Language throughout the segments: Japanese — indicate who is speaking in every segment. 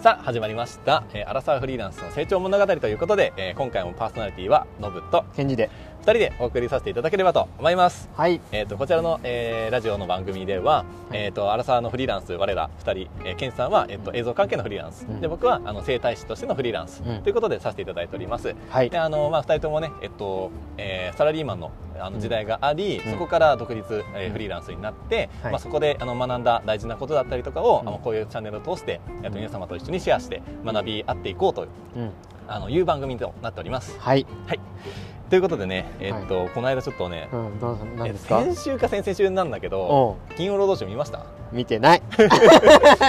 Speaker 1: さあ始まりました、えー、アラサーフリーランスの成長物語ということで、えー今回もパーソナリティはノブと
Speaker 2: 返事で
Speaker 1: 2人でお送りさせていただければと思います
Speaker 2: はい
Speaker 1: えー、とこちらの、えーラジオの番組では、えー、とアラサーのフリーランス我ら2人、えー、ケンさんは、えー、と映像関係のフリーランス、
Speaker 2: うん
Speaker 1: で僕はあの整体師としてのフリーランス、
Speaker 2: うん
Speaker 1: ということでさせていただいております
Speaker 2: はい
Speaker 1: であの、まあ、2人ともね、えっとえーサラリーマンのあ
Speaker 2: う
Speaker 1: の
Speaker 2: ん
Speaker 1: 時代があり、
Speaker 2: うん
Speaker 1: そこから独立、えー
Speaker 2: うん
Speaker 1: フリーランスになって、
Speaker 2: はい
Speaker 1: まあ、そこであの学んだ大事なことだったりとかを、
Speaker 2: うん
Speaker 1: あのこういうチャンネルを通して、えっ
Speaker 2: うん
Speaker 1: と皆様と一緒にシェアして学び合っていこうという
Speaker 2: うん
Speaker 1: あのいう番組となっております。
Speaker 2: はい
Speaker 1: ということでね、えっとこの間ちょっとね、
Speaker 2: うんどうぞ何
Speaker 1: え
Speaker 2: ですか
Speaker 1: 先週か先々週なんだけど、
Speaker 2: おう
Speaker 1: 金曜ロードショー見ました
Speaker 2: 見て ない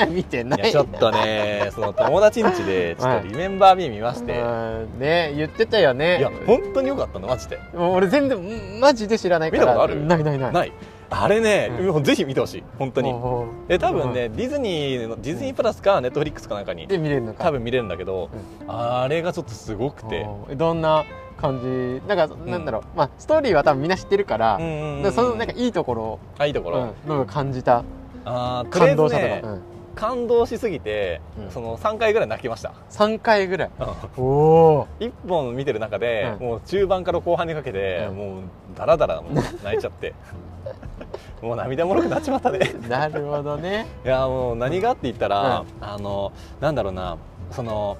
Speaker 2: 見てない
Speaker 1: いやちょっと ねその友達ん家でちょっとリメンバーミー見まして、
Speaker 2: うんね言ってたよね
Speaker 1: い、や本当によかったのマジで
Speaker 2: もう俺全然うんマジで知らないから
Speaker 1: 見たことある
Speaker 2: ないないない
Speaker 1: ないあれね、
Speaker 2: うん
Speaker 1: もうぜひ見てほしい本当に
Speaker 2: おうおう
Speaker 1: え多分ねディズニーのディズニープラスかネットフリックスかなんかに
Speaker 2: で見れるのか
Speaker 1: 多分見れるんだけど、あれがちょっとすごくて
Speaker 2: おうどんな感じなんかなんだろうまあストーリーは多分みんな知ってるから
Speaker 1: うんうんうん
Speaker 2: でそのなんかいいところ
Speaker 1: あいいところ、
Speaker 2: をの感じた
Speaker 1: あーとりあえず
Speaker 2: 感動した
Speaker 1: ね
Speaker 2: とかうん
Speaker 1: 感動しすぎて、
Speaker 2: うん
Speaker 1: その3回ぐらい泣きました
Speaker 2: 3回ぐらい
Speaker 1: うん
Speaker 2: おお
Speaker 1: 一本見てる中で、
Speaker 2: うん
Speaker 1: もう中盤から後半にかけて、
Speaker 2: うん
Speaker 1: もうダラダラもう泣いちゃって もう涙もろくなっちまったね
Speaker 2: なるほどね
Speaker 1: いやもう何がって言ったら、あのなんだろうなその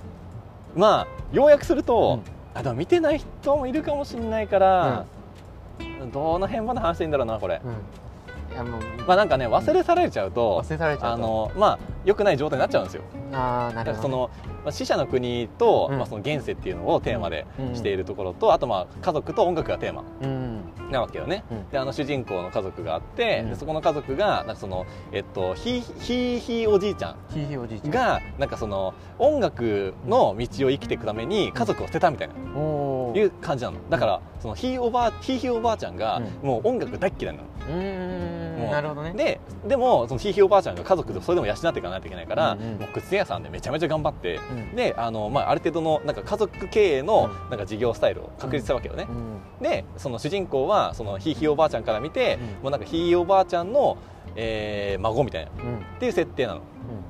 Speaker 1: まあ要約すると、あでも見てない人もいるかもしれないから、どの辺まで話していいんだろうなこれ、
Speaker 2: うんいやもう
Speaker 1: まあなんかね忘れ去られちゃうと、
Speaker 2: 忘れされち
Speaker 1: あ
Speaker 2: ゃうと
Speaker 1: のまあ良くない状態になっちゃうんですよ
Speaker 2: ああなる
Speaker 1: そ
Speaker 2: ほどね
Speaker 1: のまあ死者の国と、
Speaker 2: うん
Speaker 1: まあ、その現世っていうのをテーマで
Speaker 2: うん
Speaker 1: しているところと、あとまあ家族と音楽がテーマ
Speaker 2: うん
Speaker 1: なわけよね、
Speaker 2: うん
Speaker 1: であの主人公の家族があって、
Speaker 2: うん
Speaker 1: でそこの家族がなんかそのえっとひいひいひいおじいちゃ
Speaker 2: ひいひいおじいち
Speaker 1: ん
Speaker 2: ゃん
Speaker 1: がなんかその音楽の道を生きていくために家族を捨てたみたいな、
Speaker 2: おお
Speaker 1: いう感じなのだからそのひいおばあひいひいおばあちゃんが
Speaker 2: うん
Speaker 1: もう音楽大っ嫌いなの、
Speaker 2: うー
Speaker 1: もうん
Speaker 2: なるほどね
Speaker 1: ででもそのひいひいおばあちゃんが家族でそれでも養っていかないといけないから、
Speaker 2: うんうん
Speaker 1: もう靴屋さんでめちゃめちゃ頑張って
Speaker 2: うん
Speaker 1: であの、まあ、ある程度のなんか家族経営の
Speaker 2: う
Speaker 1: なんか事業スタイルを確立したわけよね
Speaker 2: う、ん
Speaker 1: でその主人公はそのひいひいおばあちゃんから見て、
Speaker 2: うん
Speaker 1: もうなんかひいおばあちゃんの、えー孫みたいなっ
Speaker 2: うん
Speaker 1: ていう設定なの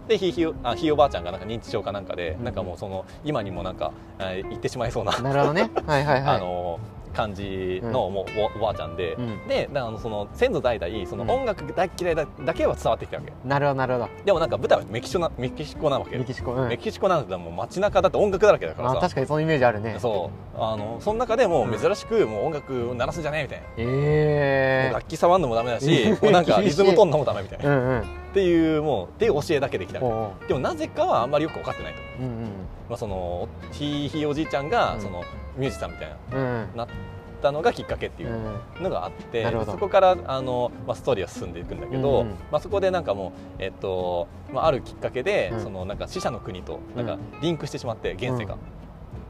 Speaker 1: でひいひいおあひいおばあちゃんがなんか認知症かなんかで、
Speaker 2: うん
Speaker 1: なんかもうその今にもなんかあ言ってしまいそうな
Speaker 2: うんなるほどねはいはいはい
Speaker 1: あの感じのもうおおばあちゃんで、
Speaker 2: うん
Speaker 1: であのその先祖代々その
Speaker 2: うん
Speaker 1: 音楽大嫌いだだけは伝わってきたわけ
Speaker 2: なるほどなるほ
Speaker 1: でもなんか舞台はメキシコなメキシコなわけ
Speaker 2: どメキシコうん
Speaker 1: メキシコなんてもう街中だって音楽だらけだから
Speaker 2: あ
Speaker 1: さ
Speaker 2: 確かにそのイメージあるね
Speaker 1: そうあのその中でもう珍しくもう音楽を鳴らすんじゃねえみたいな、もう
Speaker 2: ええ
Speaker 1: 楽器触るのもダメだしもうなんか
Speaker 2: 厳しい
Speaker 1: リズム取んのもダメみたいな
Speaker 2: う
Speaker 1: っ
Speaker 2: んうん
Speaker 1: ていうもうっていう教えだけできた
Speaker 2: おう
Speaker 1: で
Speaker 2: おう
Speaker 1: もなぜかはあんまりよく分かってないと、
Speaker 2: うん
Speaker 1: まあ、そのひいひいおじいちゃんが
Speaker 2: うん
Speaker 1: そのミュージシャンみたいな
Speaker 2: うんうん
Speaker 1: なったのがきっかけっていううんのがあって、
Speaker 2: なるほど
Speaker 1: そこからあの、まあ、ストーリーは進んでいくんだけど、
Speaker 2: うんうん
Speaker 1: まあ、そこでなんかもう、えっとまあ、あるきっかけで、
Speaker 2: うん
Speaker 1: そのなんか死者の国と
Speaker 2: う
Speaker 1: なんんかリンクしてしまって現世が。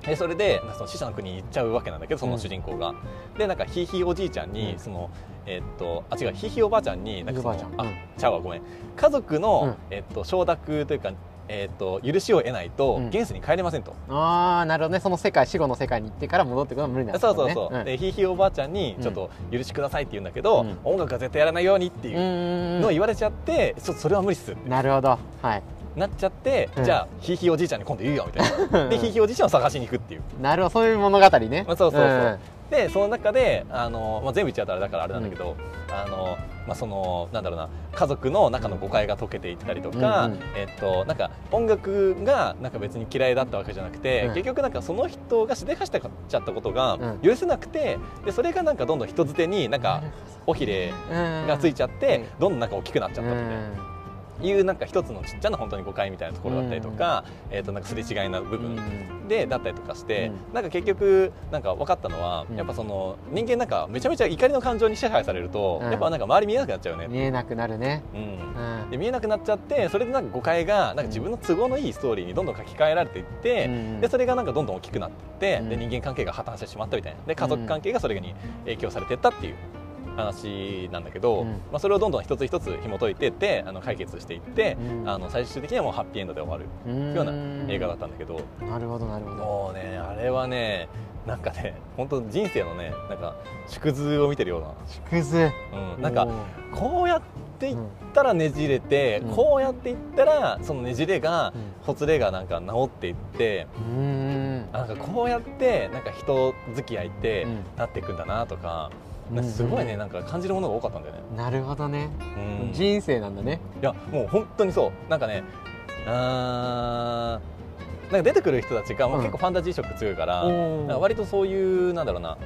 Speaker 1: でそれでなんかその死者の国に行っちゃうわけなんだけどその主人公が、でなんかひいひいおじいちゃんに、
Speaker 2: うん
Speaker 1: そのえっとあ違うひいひいおばあちゃんになんかその
Speaker 2: おばあちゃん
Speaker 1: あ
Speaker 2: うん
Speaker 1: ちゃうわごめん家族の、
Speaker 2: う
Speaker 1: えっと承諾というか、えっと許しを得ないと、
Speaker 2: うん
Speaker 1: 現世に帰れませんと、
Speaker 2: ああなるほどねその世界死後の世界に行ってから戻ってくるのは無理なんだ
Speaker 1: そうそうそう、
Speaker 2: ね
Speaker 1: でひいひいおばあちゃんにちょっと許しくださいって言うんだけど、
Speaker 2: うん
Speaker 1: 音楽は絶対やらないようにっていううんのを言われちゃって、ちょっとそれは無理っすって
Speaker 2: なるほどはい
Speaker 1: なっちゃって、
Speaker 2: うん
Speaker 1: じゃあひいひいおじいちゃんに今度言うよみたいなでひいひいおじいちゃんを探しに行くっていう
Speaker 2: なるほどそういう物語ね
Speaker 1: まあそうそうそうでその中であの、まあ、全部言っちゃうとあれだからあれなんだけど、あのまあ、そのなんだろうな家族の中の誤解が解けていったりとか、
Speaker 2: うんうん
Speaker 1: えっと、なんか音楽がなんか別に嫌いだったわけじゃなくて、
Speaker 2: うん
Speaker 1: 結局なんかその人がしでかしたかっちゃったことが
Speaker 2: うん
Speaker 1: 許せなくてでそれがなんかどんどん人づてになんか尾ひれが
Speaker 2: が
Speaker 1: ついちゃって、
Speaker 2: うん
Speaker 1: どんどんなんか大きくなっちゃったみたいな。いうなんか一つのちっちゃな本当に誤解みたいなところだったりとか、えっとなんかすれ違いな部分でだったりとかして、
Speaker 2: うん
Speaker 1: なんか結局なんか分かったのは、
Speaker 2: うん
Speaker 1: やっぱその人間なんかめちゃめちゃ怒りの感情に支配されると、
Speaker 2: うん
Speaker 1: やっぱなんか周り見えなくなっちゃうよ
Speaker 2: 見
Speaker 1: ね。
Speaker 2: えなくなるね
Speaker 1: うん
Speaker 2: うん
Speaker 1: で見えなくなっちゃってそれでなんか誤解がなんか自分の都合のいいストーリーにどんどん書き換えられていって、
Speaker 2: うん
Speaker 1: でそれがなんかどんどん大きくなってって、
Speaker 2: うん
Speaker 1: で人間関係が破綻してしまったみたいなで家族関係がそれに影響されてったっていう話なんだけど、
Speaker 2: うん
Speaker 1: まあ、それをどんどん一つ一つ紐解いてってあの解決していって、
Speaker 2: うん
Speaker 1: あの最終的にはもうハッピーエンドで終わる
Speaker 2: うん
Speaker 1: ような映画だったんだけど、
Speaker 2: なるほどなるほど
Speaker 1: もうねあれはねなんかね本当人生のねなんか縮図を見てるよう
Speaker 2: 縮図
Speaker 1: な、うん、なんかこうやっっていったらねじれて、
Speaker 2: うん
Speaker 1: こうやっていったらそのねじれが
Speaker 2: うん
Speaker 1: ほつれがなんか治っていって
Speaker 2: うん
Speaker 1: あなんかこうやってなんか人付き合いってなっていくんだなとか,、なんかすごいねなんか感じるものが多かったんだよね。
Speaker 2: なるほどね、
Speaker 1: うんい
Speaker 2: 人生なんだね
Speaker 1: やもう本当にそうなんかねあーなんか出てくる人たちがもう
Speaker 2: うん
Speaker 1: 結構ファンタジー色強いから、
Speaker 2: お
Speaker 1: なんか割とそういうなんだろうな、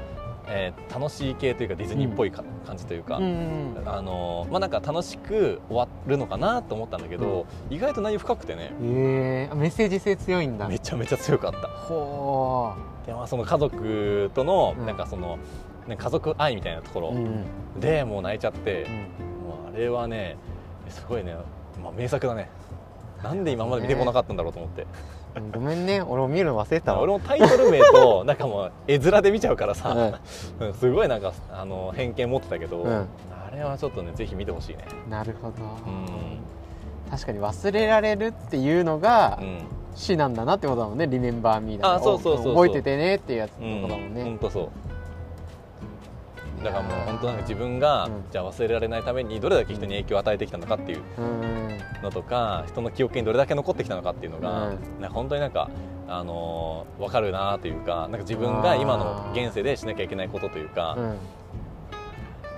Speaker 1: えー楽しい系というかディズニーっぽいか感じというか。
Speaker 2: うん
Speaker 1: あのまあなんか楽しく終わるのかなと思ったんだけど、意外と内容深くてね
Speaker 2: えー、メッセージ性強いんだ
Speaker 1: めちゃめちゃ強かった
Speaker 2: ほ
Speaker 1: で、まあ、その家族との
Speaker 2: うん
Speaker 1: なんかその、ね家族愛みたいなとこ
Speaker 2: う、
Speaker 1: ろ
Speaker 2: ん
Speaker 1: でもう泣いちゃって、もうあれはねすごいね、まあ、名作だねなんで今まで見てこなかったんだろうと思って、
Speaker 2: うん、ごめんね俺も見るの忘れてたわ
Speaker 1: 俺もタイトル名 となんかもう絵面で見ちゃうからさ、うんすごいなんかあの偏見持ってたけど、
Speaker 2: うん
Speaker 1: あれはちょっとねぜひ見てほしいね
Speaker 2: なるほど、
Speaker 1: うん、
Speaker 2: 確かに忘れられるっていうのが
Speaker 1: うん
Speaker 2: 死なんだなってことだもんね「リメンバー・ミー」だ
Speaker 1: あそうそうそうそう
Speaker 2: 覚えててねっていうやつのことだもん
Speaker 1: 本
Speaker 2: ね、
Speaker 1: 当そうだからもう本当なんか自分が、
Speaker 2: うん
Speaker 1: じゃあ忘れられないためにどれだけ人に影響を与えてきたのかっていう
Speaker 2: うん
Speaker 1: のとか人の記憶にどれだけ残ってきたのかっていうのが、
Speaker 2: うん
Speaker 1: なんか本当になんか、あのー、分かるなというかなんか自分が今の現世でしなきゃいけないことというか
Speaker 2: う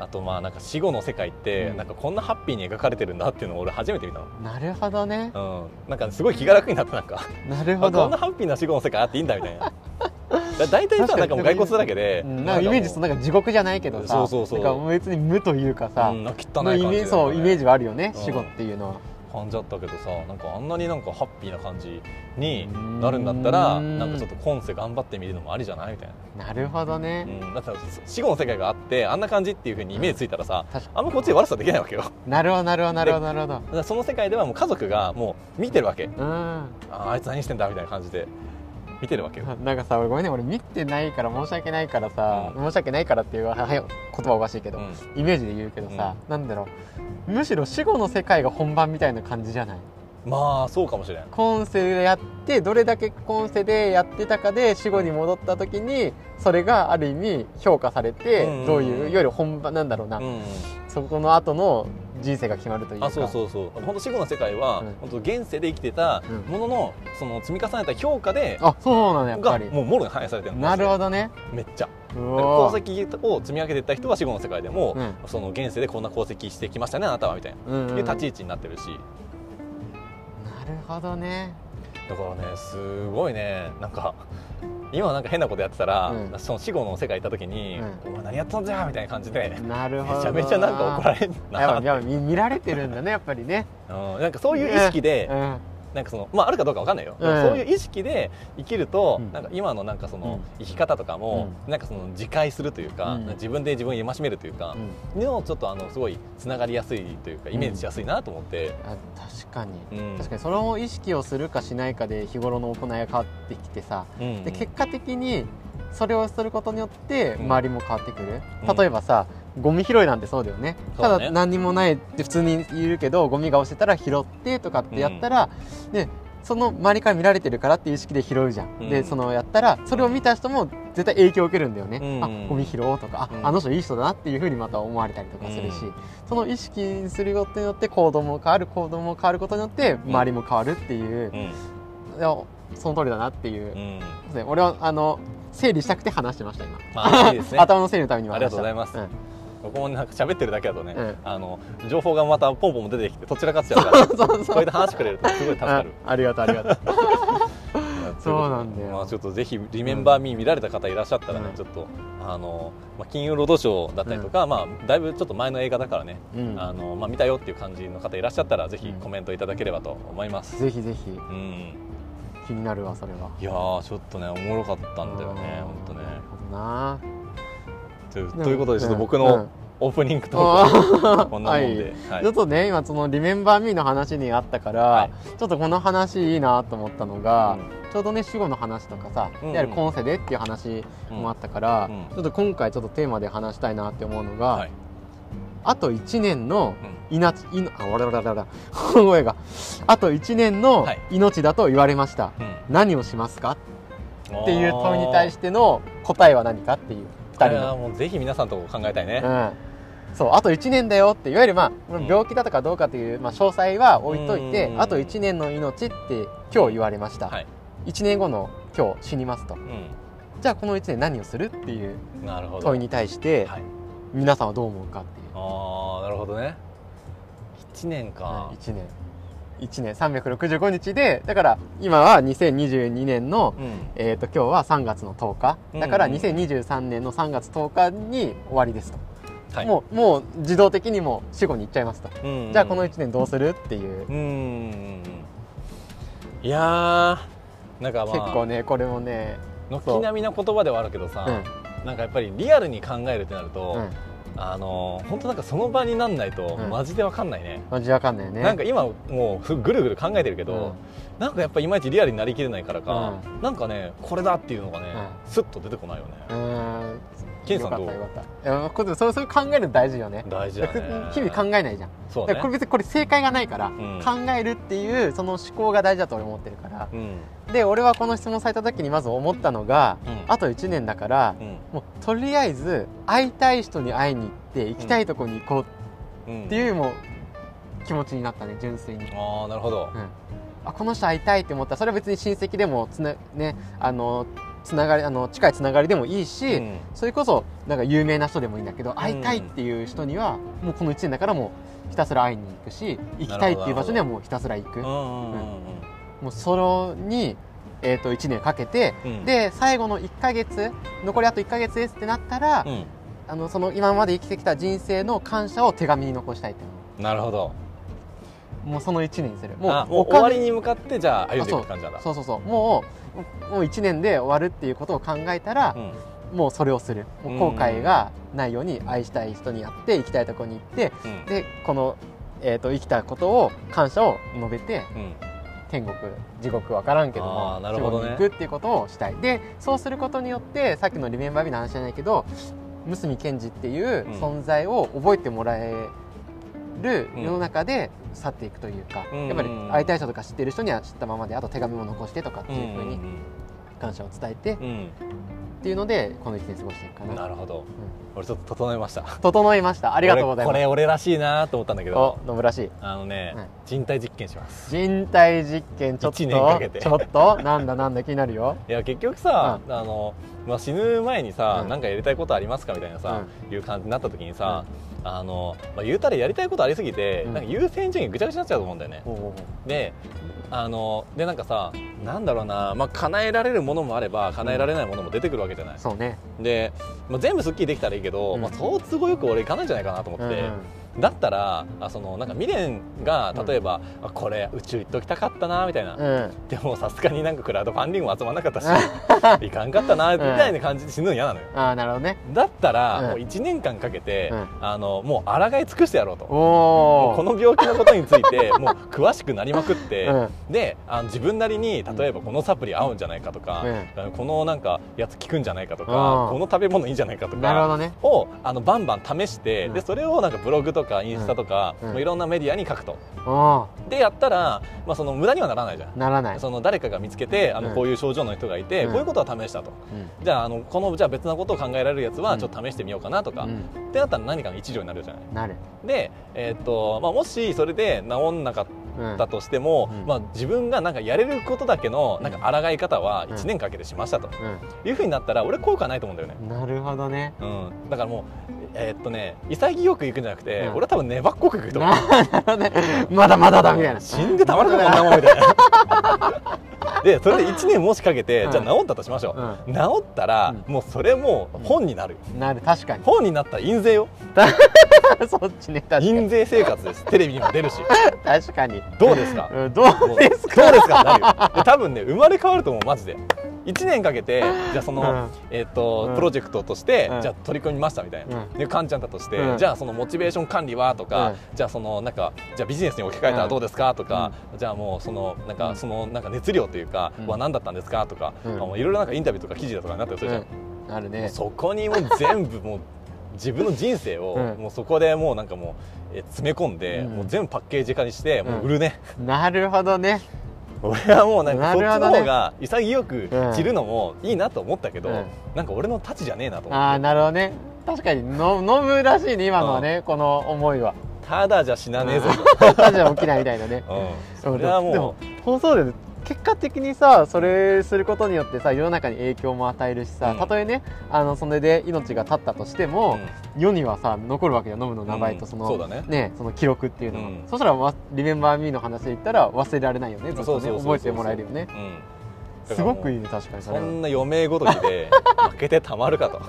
Speaker 1: あ,、
Speaker 2: ん
Speaker 1: とまあなんか死後の世界って、
Speaker 2: うん
Speaker 1: なんかこんなハッピーに描かれてるんだっていうのを俺初めて見た
Speaker 2: なるほどね
Speaker 1: の、うん、なんかすごい気が楽になったなんか
Speaker 2: なる
Speaker 1: あ
Speaker 2: ほ
Speaker 1: こんな
Speaker 2: ど
Speaker 1: ハッピーな死後の世界あっていいんだみたい なだ大体さ
Speaker 2: 確か
Speaker 1: なん
Speaker 2: に
Speaker 1: かもう骸骨だらけで、
Speaker 2: うんなんかイメージそ
Speaker 1: ん
Speaker 2: うなんか地獄じゃないけどさ
Speaker 1: そうそうそう
Speaker 2: なんか別に無というかさ、
Speaker 1: うん、なんか汚い
Speaker 2: の
Speaker 1: 感
Speaker 2: イ
Speaker 1: じ
Speaker 2: メ
Speaker 1: だよ
Speaker 2: ージ
Speaker 1: ね
Speaker 2: そうイメージはあるよね、
Speaker 1: うん
Speaker 2: 死後っていうのは
Speaker 1: 感じだったけどさなんかあんなになんかハッピーな感じになるんだったら
Speaker 2: うん
Speaker 1: なんかちょっと今世頑張ってみるのもありじゃないみたいな、
Speaker 2: なるほどね、
Speaker 1: うん、だってさ死後の世界があってあんな感じっていうふうにイメージついたらさ、
Speaker 2: 確か
Speaker 1: あんまこっちで悪さできないわけよだか
Speaker 2: なるほどなるほどなるほどなるほど
Speaker 1: らその世界ではもう家族がもう見てるわけ
Speaker 2: う
Speaker 1: あーあいつ何してんだみたいな感じで見てるわけよ
Speaker 2: んなんかさごめんね俺見てないから申し訳ないからさ、
Speaker 1: う
Speaker 2: 申し訳ないからっていうははよ言葉おかしいけ
Speaker 1: う
Speaker 2: ど、
Speaker 1: ん
Speaker 2: イメージで言うけどさ、なんだろうむしろ死後の世界が本番みたいな感じじゃない
Speaker 1: まあそうかもしれん
Speaker 2: 今世でやってどれだけ今世でやってたかで死後に戻った時にそれがある意味評価されて、
Speaker 1: うん
Speaker 2: どういういわゆる本番なんだろうな、
Speaker 1: うん
Speaker 2: そこの後の人生が決まるというか
Speaker 1: あそうそうそう本当死後の世界は、
Speaker 2: うん
Speaker 1: 本当現世で生きてたもののその積み重ねた評価で、
Speaker 2: あそうなのやっぱ
Speaker 1: が
Speaker 2: り
Speaker 1: もうもろに反映されてるの
Speaker 2: なるほどね
Speaker 1: めっちゃ
Speaker 2: う
Speaker 1: 功
Speaker 2: おー
Speaker 1: 績を積み上げていった人は死後の世界でも、
Speaker 2: うん
Speaker 1: その現世でこんな功績してきましたねあなたはみたいな、
Speaker 2: うんうん
Speaker 1: いう立ち位置になってるし
Speaker 2: なるほどね
Speaker 1: だからねすごいねなんか今なんか変なことやってたら、
Speaker 2: うん
Speaker 1: その死後の世界行った時に「
Speaker 2: う
Speaker 1: お前何やったんじゃ」みたいな感じで。
Speaker 2: なるほど
Speaker 1: めちゃめちゃなんか怒ら
Speaker 2: れ
Speaker 1: れるな
Speaker 2: やっぱやっぱ見見られてるんだねやっぱ りね、
Speaker 1: うんなんかそういう意識で、
Speaker 2: うん、
Speaker 1: なんかそのまああるかどうかわかんないよ、
Speaker 2: うん
Speaker 1: そういう意識で生きると、
Speaker 2: うん
Speaker 1: なんか今のなんかその
Speaker 2: うん
Speaker 1: 生き方とかも、なんかその自戒するというか、
Speaker 2: うん
Speaker 1: 自分で自分を戒めるというか、のちょっとあのすごいつながりやすいというかイメージしやすいなと思って、
Speaker 2: あ確かに、
Speaker 1: うん
Speaker 2: 確かにその意識をするかしないかで日頃の行いが変わってきてさ
Speaker 1: うん
Speaker 2: で結果的にそれをすることによって
Speaker 1: うん
Speaker 2: 周りも変わってくる、
Speaker 1: うん
Speaker 2: 例えばさゴミ拾いなんてそうだよね
Speaker 1: そうだ
Speaker 2: た
Speaker 1: ね
Speaker 2: だ何にもないって普通にいるけどゴミが落ちてたら拾ってとかってやったら、でその周りから見られてるからっていう意識で拾うじゃん、
Speaker 1: うん
Speaker 2: でそのやったらそれを見た人も絶対影響を受けるんだよね、
Speaker 1: うん
Speaker 2: あゴミ拾おうとか、あ
Speaker 1: うん
Speaker 2: あの人いい人だなっていうふうにまた思われたりとかするし、
Speaker 1: うん
Speaker 2: その意識にすることによって行動も変わる行動も変わることによって周りも変わるっていう
Speaker 1: う、ん
Speaker 2: いやその通りだなっていう
Speaker 1: うん
Speaker 2: そうですね俺はあの整理したくて話してました今、
Speaker 1: ま あいいですね
Speaker 2: 頭の整理のために
Speaker 1: ありがとうございます
Speaker 2: ん
Speaker 1: ここもなんか喋ってるだけだとね、
Speaker 2: うん
Speaker 1: あの情報がまたポンポン出てきてどちらかっちゃうから こ
Speaker 2: そう
Speaker 1: う
Speaker 2: そう
Speaker 1: やって話してくれるとすごい助かる
Speaker 2: あありがとうありがとう そうなんだよ
Speaker 1: まあ、ちょっとぜひ「リメンバー・ミー」見られた方いらっしゃったらね、
Speaker 2: うん
Speaker 1: ちょっとあの、まあ、金曜ロードショーだったりとか、まあ、だいぶちょっと前の映画だからね、
Speaker 2: う ん
Speaker 1: あのまあ、見たよっていう感じの方いらっしゃったらぜひ
Speaker 2: うん
Speaker 1: コメントいただければと思います、
Speaker 2: ぜひぜひ
Speaker 1: うん、
Speaker 2: 気になるわそれはい
Speaker 1: やーちょっとねおもろかったんだよね
Speaker 2: あー
Speaker 1: 本当ね
Speaker 2: なるほどな
Speaker 1: というということでちょっと僕
Speaker 2: うんう
Speaker 1: の
Speaker 2: ん
Speaker 1: オープニングトークは
Speaker 2: こ
Speaker 1: こんなもんで、はい
Speaker 2: ちょっとね今その「リメンバー・ミー」の話にあったから、
Speaker 1: はい
Speaker 2: ちょっとこの話いいなと思ったのが、ちょうどね死後の話とかさ、
Speaker 1: うんうん
Speaker 2: いわゆる今世でっていう話
Speaker 1: うん
Speaker 2: もあったから、
Speaker 1: うん
Speaker 2: ちょっと今回ちょっとテーマで話したいなって思うのが、
Speaker 1: はい
Speaker 2: あと1年の
Speaker 1: うん
Speaker 2: 命、いのあ、わらわらわらわら、声が。あと1年の
Speaker 1: はい
Speaker 2: 命だと言われました。
Speaker 1: うん
Speaker 2: 何をしますか
Speaker 1: あー
Speaker 2: っていう問いに対しての答えは何かってい
Speaker 1: こ
Speaker 2: う、二
Speaker 1: れ
Speaker 2: 人
Speaker 1: は
Speaker 2: の。
Speaker 1: もうぜひ皆さんと考えたいね、
Speaker 2: うん。そうあと1年だよっていわゆる、まあ
Speaker 1: うん
Speaker 2: 病気だとかどうかという、まあ、詳細は置いといて
Speaker 1: うん
Speaker 2: あと1年の命って今日言われました、
Speaker 1: はい
Speaker 2: 1年後の今日死にますと
Speaker 1: う、
Speaker 2: じゃあこの1年何をするっていうん
Speaker 1: なるほど
Speaker 2: 問いに対して、
Speaker 1: はい、
Speaker 2: 皆さんはどう思うかっていう、
Speaker 1: ああなるほどね1年か、
Speaker 2: はい、1年1年365日でだから今は2022年の、
Speaker 1: うん
Speaker 2: えー、と今日は3月の10日だから
Speaker 1: うんうん
Speaker 2: 2023年の3月10日に終わりですと、
Speaker 1: はい
Speaker 2: もうもう自動的にもう死後に行っちゃいますと、
Speaker 1: うんうん
Speaker 2: じゃあこの1年どうするっていう、
Speaker 1: うんうんうんいやーなんかまあ
Speaker 2: 結構ねこれもね
Speaker 1: 軒並みな言葉ではあるけどさ、
Speaker 2: う
Speaker 1: なんかやっぱりリアルに考えるってなると、
Speaker 2: んうん
Speaker 1: あの本当なんかその場になんないと
Speaker 2: うん
Speaker 1: マジでわかんないね、
Speaker 2: マジわかんないよね
Speaker 1: なんか今もうふぐるぐる考えてるけど、なんかやっぱいまいちリアルになりきれないからか、なんかねこれだっていうのがね、スッと出てこないよね、
Speaker 2: うんうん
Speaker 1: ケンさんどう
Speaker 2: よかったよかったいやこれそうそう考えるの大事よね
Speaker 1: 大事だね
Speaker 2: 日々考えないじゃん
Speaker 1: そう
Speaker 2: だ
Speaker 1: ね
Speaker 2: からこれ別にこれ正解がないから、
Speaker 1: ん
Speaker 2: 考えるっていうその思考が大事だと俺思ってるから
Speaker 1: うん
Speaker 2: で俺はこの質問された時にまず思ったのが
Speaker 1: うん
Speaker 2: あと1年だから
Speaker 1: うん
Speaker 2: もうとりあえず会いたい人に会いに行って行きたいとこに行こう
Speaker 1: うん
Speaker 2: っていうもう気持ちになったね純粋に、
Speaker 1: ああなるほど、
Speaker 2: うんあこの人会いたいって思ったらそれは別に親戚でもつな,、ね、あのつながりあの近いつながりでもいいし、
Speaker 1: うん
Speaker 2: それこそなんか有名な人でもいいんだけど会いたいっていう人にはもうこの1年だからもうひたすら会いに行くし行きたいっていう場所にはもうひたすら行
Speaker 1: う
Speaker 2: く
Speaker 1: ん
Speaker 2: も
Speaker 1: うんうん
Speaker 2: うそれに、えー、と1年かけて
Speaker 1: うん
Speaker 2: で最後の1ヶ月残りあと1ヶ月ですってなったら、
Speaker 1: うん
Speaker 2: あのその今まで生きてきた人生の感謝を手紙に残したいって思
Speaker 1: なるほど
Speaker 2: うもうその1年にするも
Speaker 1: あ
Speaker 2: う
Speaker 1: もう
Speaker 2: お
Speaker 1: 終わり
Speaker 2: 金
Speaker 1: に向かってじゃあ歩いていく感じなんだ
Speaker 2: そうそうそうもうもう1年で終わるっていうことを考えたら、
Speaker 1: うん
Speaker 2: もうそれをするもう後悔がないように愛したい人に会って行きたいところに行って
Speaker 1: うん
Speaker 2: でこの、えー、と生きたことを感謝を述べて
Speaker 1: うん
Speaker 2: 天国地獄分からんけど
Speaker 1: あー
Speaker 2: も
Speaker 1: なるほどね
Speaker 2: 地獄に行くっていうことをしたいでそうすることによってさっきの「リメンバー・ビ」の話じゃないけど三角健二っていう
Speaker 1: うん
Speaker 2: 存在を覚えてもらえる
Speaker 1: うん
Speaker 2: 世の中で去っていくというか、
Speaker 1: うん
Speaker 2: やっぱり会いたい人とか知ってる人には知ったままであと手紙も残してとかっていうふうに感謝を伝えてっ
Speaker 1: うんうん
Speaker 2: ていうのでこの一年過ごしてるか
Speaker 1: うん
Speaker 2: な
Speaker 1: なるほど俺ちょっと整えましたあ
Speaker 2: 整いましたありがとうございます
Speaker 1: これ俺らしいなと思ったんだけど
Speaker 2: お野村氏
Speaker 1: あのね
Speaker 2: はい
Speaker 1: 人体実験します
Speaker 2: 人体実験ちょっと
Speaker 1: 一年かけて
Speaker 2: ちょっとなんだなんだ気にな るよ
Speaker 1: いや結局さあのまあ死ぬ前にさ
Speaker 2: うん
Speaker 1: なんかやりたいことありますかみたいなさいう感じになった時にさあのまあ言うたらやりたいことありすぎて
Speaker 2: うん
Speaker 1: なんか優先順位ぐちゃぐちゃになっちゃうと思うんだよね
Speaker 2: おうおう
Speaker 1: であのでなんかさなんだろうなまあ叶えられるものもあれば叶えられないものも出てくるわけじゃない
Speaker 2: そうね
Speaker 1: で、まあ、全部すっきりできたらいいけど、
Speaker 2: うん
Speaker 1: まあ、そう都合よく俺いかないんじゃないかなと思って、
Speaker 2: うん
Speaker 1: だったらあそのなんか未練が例えば、あこれ宇宙行っときたかったなみたいな、
Speaker 2: うん
Speaker 1: でもさすがになんかクラウドファンディングも集まらなかったし いかんかったなみたいな感じで死ぬの嫌なのよ
Speaker 2: ああなるほどね
Speaker 1: だったら、
Speaker 2: うん
Speaker 1: もう1年間かけて、
Speaker 2: うん
Speaker 1: あのもう抗い尽くしてやろうと。
Speaker 2: お
Speaker 1: もう
Speaker 2: お
Speaker 1: この病気のことについ てもう詳しくなりまくって、
Speaker 2: うん
Speaker 1: であの自分なりに例えばこのサプリ合うんじゃないかとか、このなんかやつ効くんじゃないかとか、
Speaker 2: うん
Speaker 1: この食べ物いいんじゃないかと
Speaker 2: なるほ
Speaker 1: か
Speaker 2: どね
Speaker 1: をあのバンバン試して、
Speaker 2: うん
Speaker 1: でそれをなんかブログとかインスタとか、
Speaker 2: うんうん
Speaker 1: もういろんなメディアに書くと。
Speaker 2: おお
Speaker 1: でやったら、まあ、その無駄にはならないじゃん。
Speaker 2: ならない
Speaker 1: その誰かが見つけてあ
Speaker 2: う
Speaker 1: の
Speaker 2: ん
Speaker 1: こういう症状の人がいて、
Speaker 2: うん
Speaker 1: こういうことは試したと
Speaker 2: うん
Speaker 1: じゃああのこのじゃあ別なことを考えられるやつ
Speaker 2: う
Speaker 1: は
Speaker 2: ん
Speaker 1: ちょっと試してみようかなとか、
Speaker 2: う
Speaker 1: っ
Speaker 2: ん
Speaker 1: てなったら何かの一助になるじゃない
Speaker 2: なる
Speaker 1: で、えーっとまあ、もしそれで治んなかっ
Speaker 2: うん
Speaker 1: たとしても、
Speaker 2: うん
Speaker 1: まあ、自分がなんかやれることだけのなんか抗い方は
Speaker 2: うん
Speaker 1: 1年かけてしましたと、
Speaker 2: う
Speaker 1: いうふうになったら俺後悔ないと思うんだよね、
Speaker 2: んなるほどね
Speaker 1: うん、だからもうえーっとね潔くいくんじゃなくて、
Speaker 2: うん
Speaker 1: 俺は多分粘っこくいくと思う
Speaker 2: なるほどねまだまだだみたいな
Speaker 1: 死んでたまるかこんなもんみたい なでそれで1年もしかけて、
Speaker 2: うん
Speaker 1: じゃあ治ったとしましょう、
Speaker 2: う
Speaker 1: 治ったら、
Speaker 2: う
Speaker 1: もうそれもう本になるよ、
Speaker 2: んなる確かに
Speaker 1: 本になったら印税よ
Speaker 2: そっちね確かに
Speaker 1: 印税生活ですテレビにも出るし
Speaker 2: 確かに
Speaker 1: どうですか
Speaker 2: うんどう
Speaker 1: どうですかどうですかなるよで多分ね生まれ変わると思うマジで1年かけてじゃあその、えーと
Speaker 2: うん
Speaker 1: プロジェクトとして、
Speaker 2: うん
Speaker 1: じゃあ取り組みましたみたいな、
Speaker 2: うん
Speaker 1: でカンちゃんだとして、
Speaker 2: うん
Speaker 1: じゃあそのモチベーション管理はとか、
Speaker 2: うん
Speaker 1: じゃあそのなんかじゃあビジネスに置き換えたらどうですかとか、じゃあもうそのなん
Speaker 2: う
Speaker 1: か
Speaker 2: ん
Speaker 1: そのなんか熱量というか、
Speaker 2: うん
Speaker 1: は何だったんですかとか、
Speaker 2: うん
Speaker 1: まあもういろいろなんかインタビューとか記事だとかになったりす
Speaker 2: う
Speaker 1: るじゃん、
Speaker 2: んなるね
Speaker 1: そこにもう全部もう自分の人生を、
Speaker 2: うん
Speaker 1: もうそこでもうなんかもうえ詰め込んで、
Speaker 2: うん
Speaker 1: もう全部パッケージ化にしてもう売るね、
Speaker 2: なるほどね
Speaker 1: 俺はもうなんか
Speaker 2: な
Speaker 1: そっち
Speaker 2: るほどね
Speaker 1: の方が潔く散るのもいいなと思ったけど、
Speaker 2: うん
Speaker 1: なんか俺の太刀じゃねえなと思って。
Speaker 2: ああなるほどね確かにの飲むらしいね今のはね、この思いは
Speaker 1: ただじゃ死なねえ ぞ、
Speaker 2: ただじゃ起きないみたいなね
Speaker 1: うん、それは
Speaker 2: で
Speaker 1: も
Speaker 2: も放送で結果的にさそれすることによってさ世の中に影響も与えるしさ、
Speaker 1: うん
Speaker 2: たとえねあのそれで命が絶ったとして
Speaker 1: う、
Speaker 2: も
Speaker 1: ん、
Speaker 2: 世にはさ残るわけじゃん飲むの名前とその、
Speaker 1: そうだね
Speaker 2: ね、その記録っていうのは、
Speaker 1: うん
Speaker 2: そしたらわ「リメンバー・ミー」の話で言ったら忘れられないよねずっ
Speaker 1: そ
Speaker 2: と
Speaker 1: うそうそう
Speaker 2: ね
Speaker 1: そう
Speaker 2: 覚えてもらえるよね
Speaker 1: うんだ
Speaker 2: す
Speaker 1: からもう
Speaker 2: ごくいいね確かにそ
Speaker 1: そ
Speaker 2: れは
Speaker 1: んな余命ごときで負けてたまるかと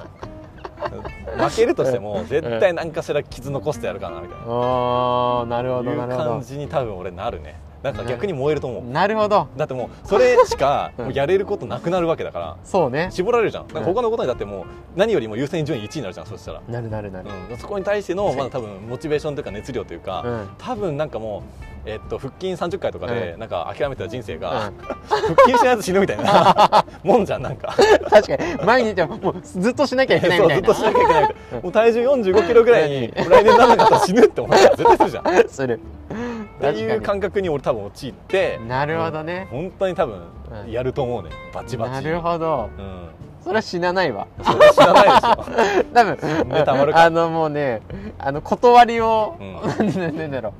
Speaker 1: 負けるとしても絶対何かしら傷残してやるかなみたいな
Speaker 2: あーなるほど
Speaker 1: いう
Speaker 2: なる
Speaker 1: 感
Speaker 2: ほ
Speaker 1: じに多分俺なるねなんか逆に燃えると
Speaker 2: ど
Speaker 1: 思う
Speaker 2: なるほど
Speaker 1: だってもうそれしか
Speaker 2: うん
Speaker 1: もうやれることなくなるわけだから
Speaker 2: そうね
Speaker 1: 絞られるじゃんなんか他のことにだってもう何よりも優先順位1位になるじゃんそしたら、
Speaker 2: なるなるなる
Speaker 1: うん、そこに対しての
Speaker 2: 確
Speaker 1: ま
Speaker 2: か
Speaker 1: だ
Speaker 2: に
Speaker 1: 多分モチベーションというか熱量というか、
Speaker 2: うん
Speaker 1: 多分なんかもう、えっと、腹筋30回とかで
Speaker 2: う
Speaker 1: なんか諦めてた人生が、
Speaker 2: うん
Speaker 1: 腹筋しないと死ぬみたい なもんじゃんなんか
Speaker 2: 確かに毎日はもうずっとしなきゃいけないみ
Speaker 1: そう
Speaker 2: た
Speaker 1: ず
Speaker 2: い
Speaker 1: っと
Speaker 2: な
Speaker 1: しなきゃいけないみたいな
Speaker 2: うん
Speaker 1: もう体重4 5キロぐらいに来年ならなかったら死ぬって思ったら絶対するじゃんっ
Speaker 2: する
Speaker 1: ていう感覚に俺多分陥って
Speaker 2: なるほどね、
Speaker 1: 本当に多分
Speaker 2: うん
Speaker 1: やると思うねバチバチ
Speaker 2: なるほど
Speaker 1: うん
Speaker 2: それは死なないわ
Speaker 1: そう知らない でしょ
Speaker 2: 多分
Speaker 1: でたまるか
Speaker 2: あのもうねあの断りを、
Speaker 1: うん
Speaker 2: なん、何だろ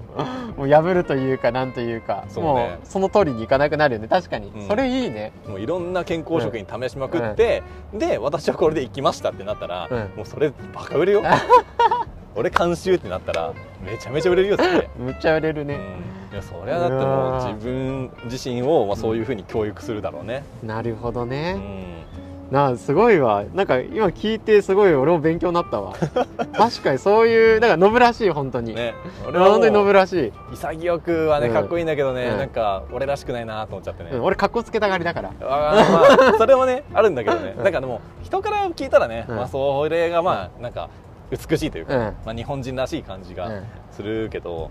Speaker 2: うもう破るというかなんというか
Speaker 1: そうね
Speaker 2: もうその通りにいかなくなるよね確かに、
Speaker 1: うん
Speaker 2: それいいね
Speaker 1: もういろんな健康食に試しまくって、で私はこれで行きましたってなったら、
Speaker 2: うん
Speaker 1: もうそれバカ売 れよ俺監修ってなったらめちゃめちゃ売れるよそれ、
Speaker 2: むっちゃ売れる
Speaker 1: うん
Speaker 2: ね、、
Speaker 1: いやそれはだって
Speaker 2: う
Speaker 1: も
Speaker 2: わ
Speaker 1: う
Speaker 2: ー
Speaker 1: 自分自身をまあそういうふうに教育するだろうね、
Speaker 2: なるほど
Speaker 1: う
Speaker 2: ね、
Speaker 1: ん
Speaker 2: なあすごいわなんか今聞いてすごい俺も勉強に なったわ確かにそういうだからノブらしい本当に、
Speaker 1: ね、俺は
Speaker 2: 本当にノ
Speaker 1: も
Speaker 2: ブ
Speaker 1: う
Speaker 2: らしい、
Speaker 1: 潔くはね
Speaker 2: うん
Speaker 1: かっこいいんだけどね、
Speaker 2: うん
Speaker 1: なんか俺らしくないなと思っちゃってね、
Speaker 2: うん俺かっこつけたがりだから
Speaker 1: あーまあそれもねあるんだけどね
Speaker 2: うん
Speaker 1: なんかでも人から聞いたらね、
Speaker 2: うん
Speaker 1: まあ、それがまあなんか美しいというか、
Speaker 2: うん
Speaker 1: まあ、日本人らしい感じが、
Speaker 2: うん
Speaker 1: するけど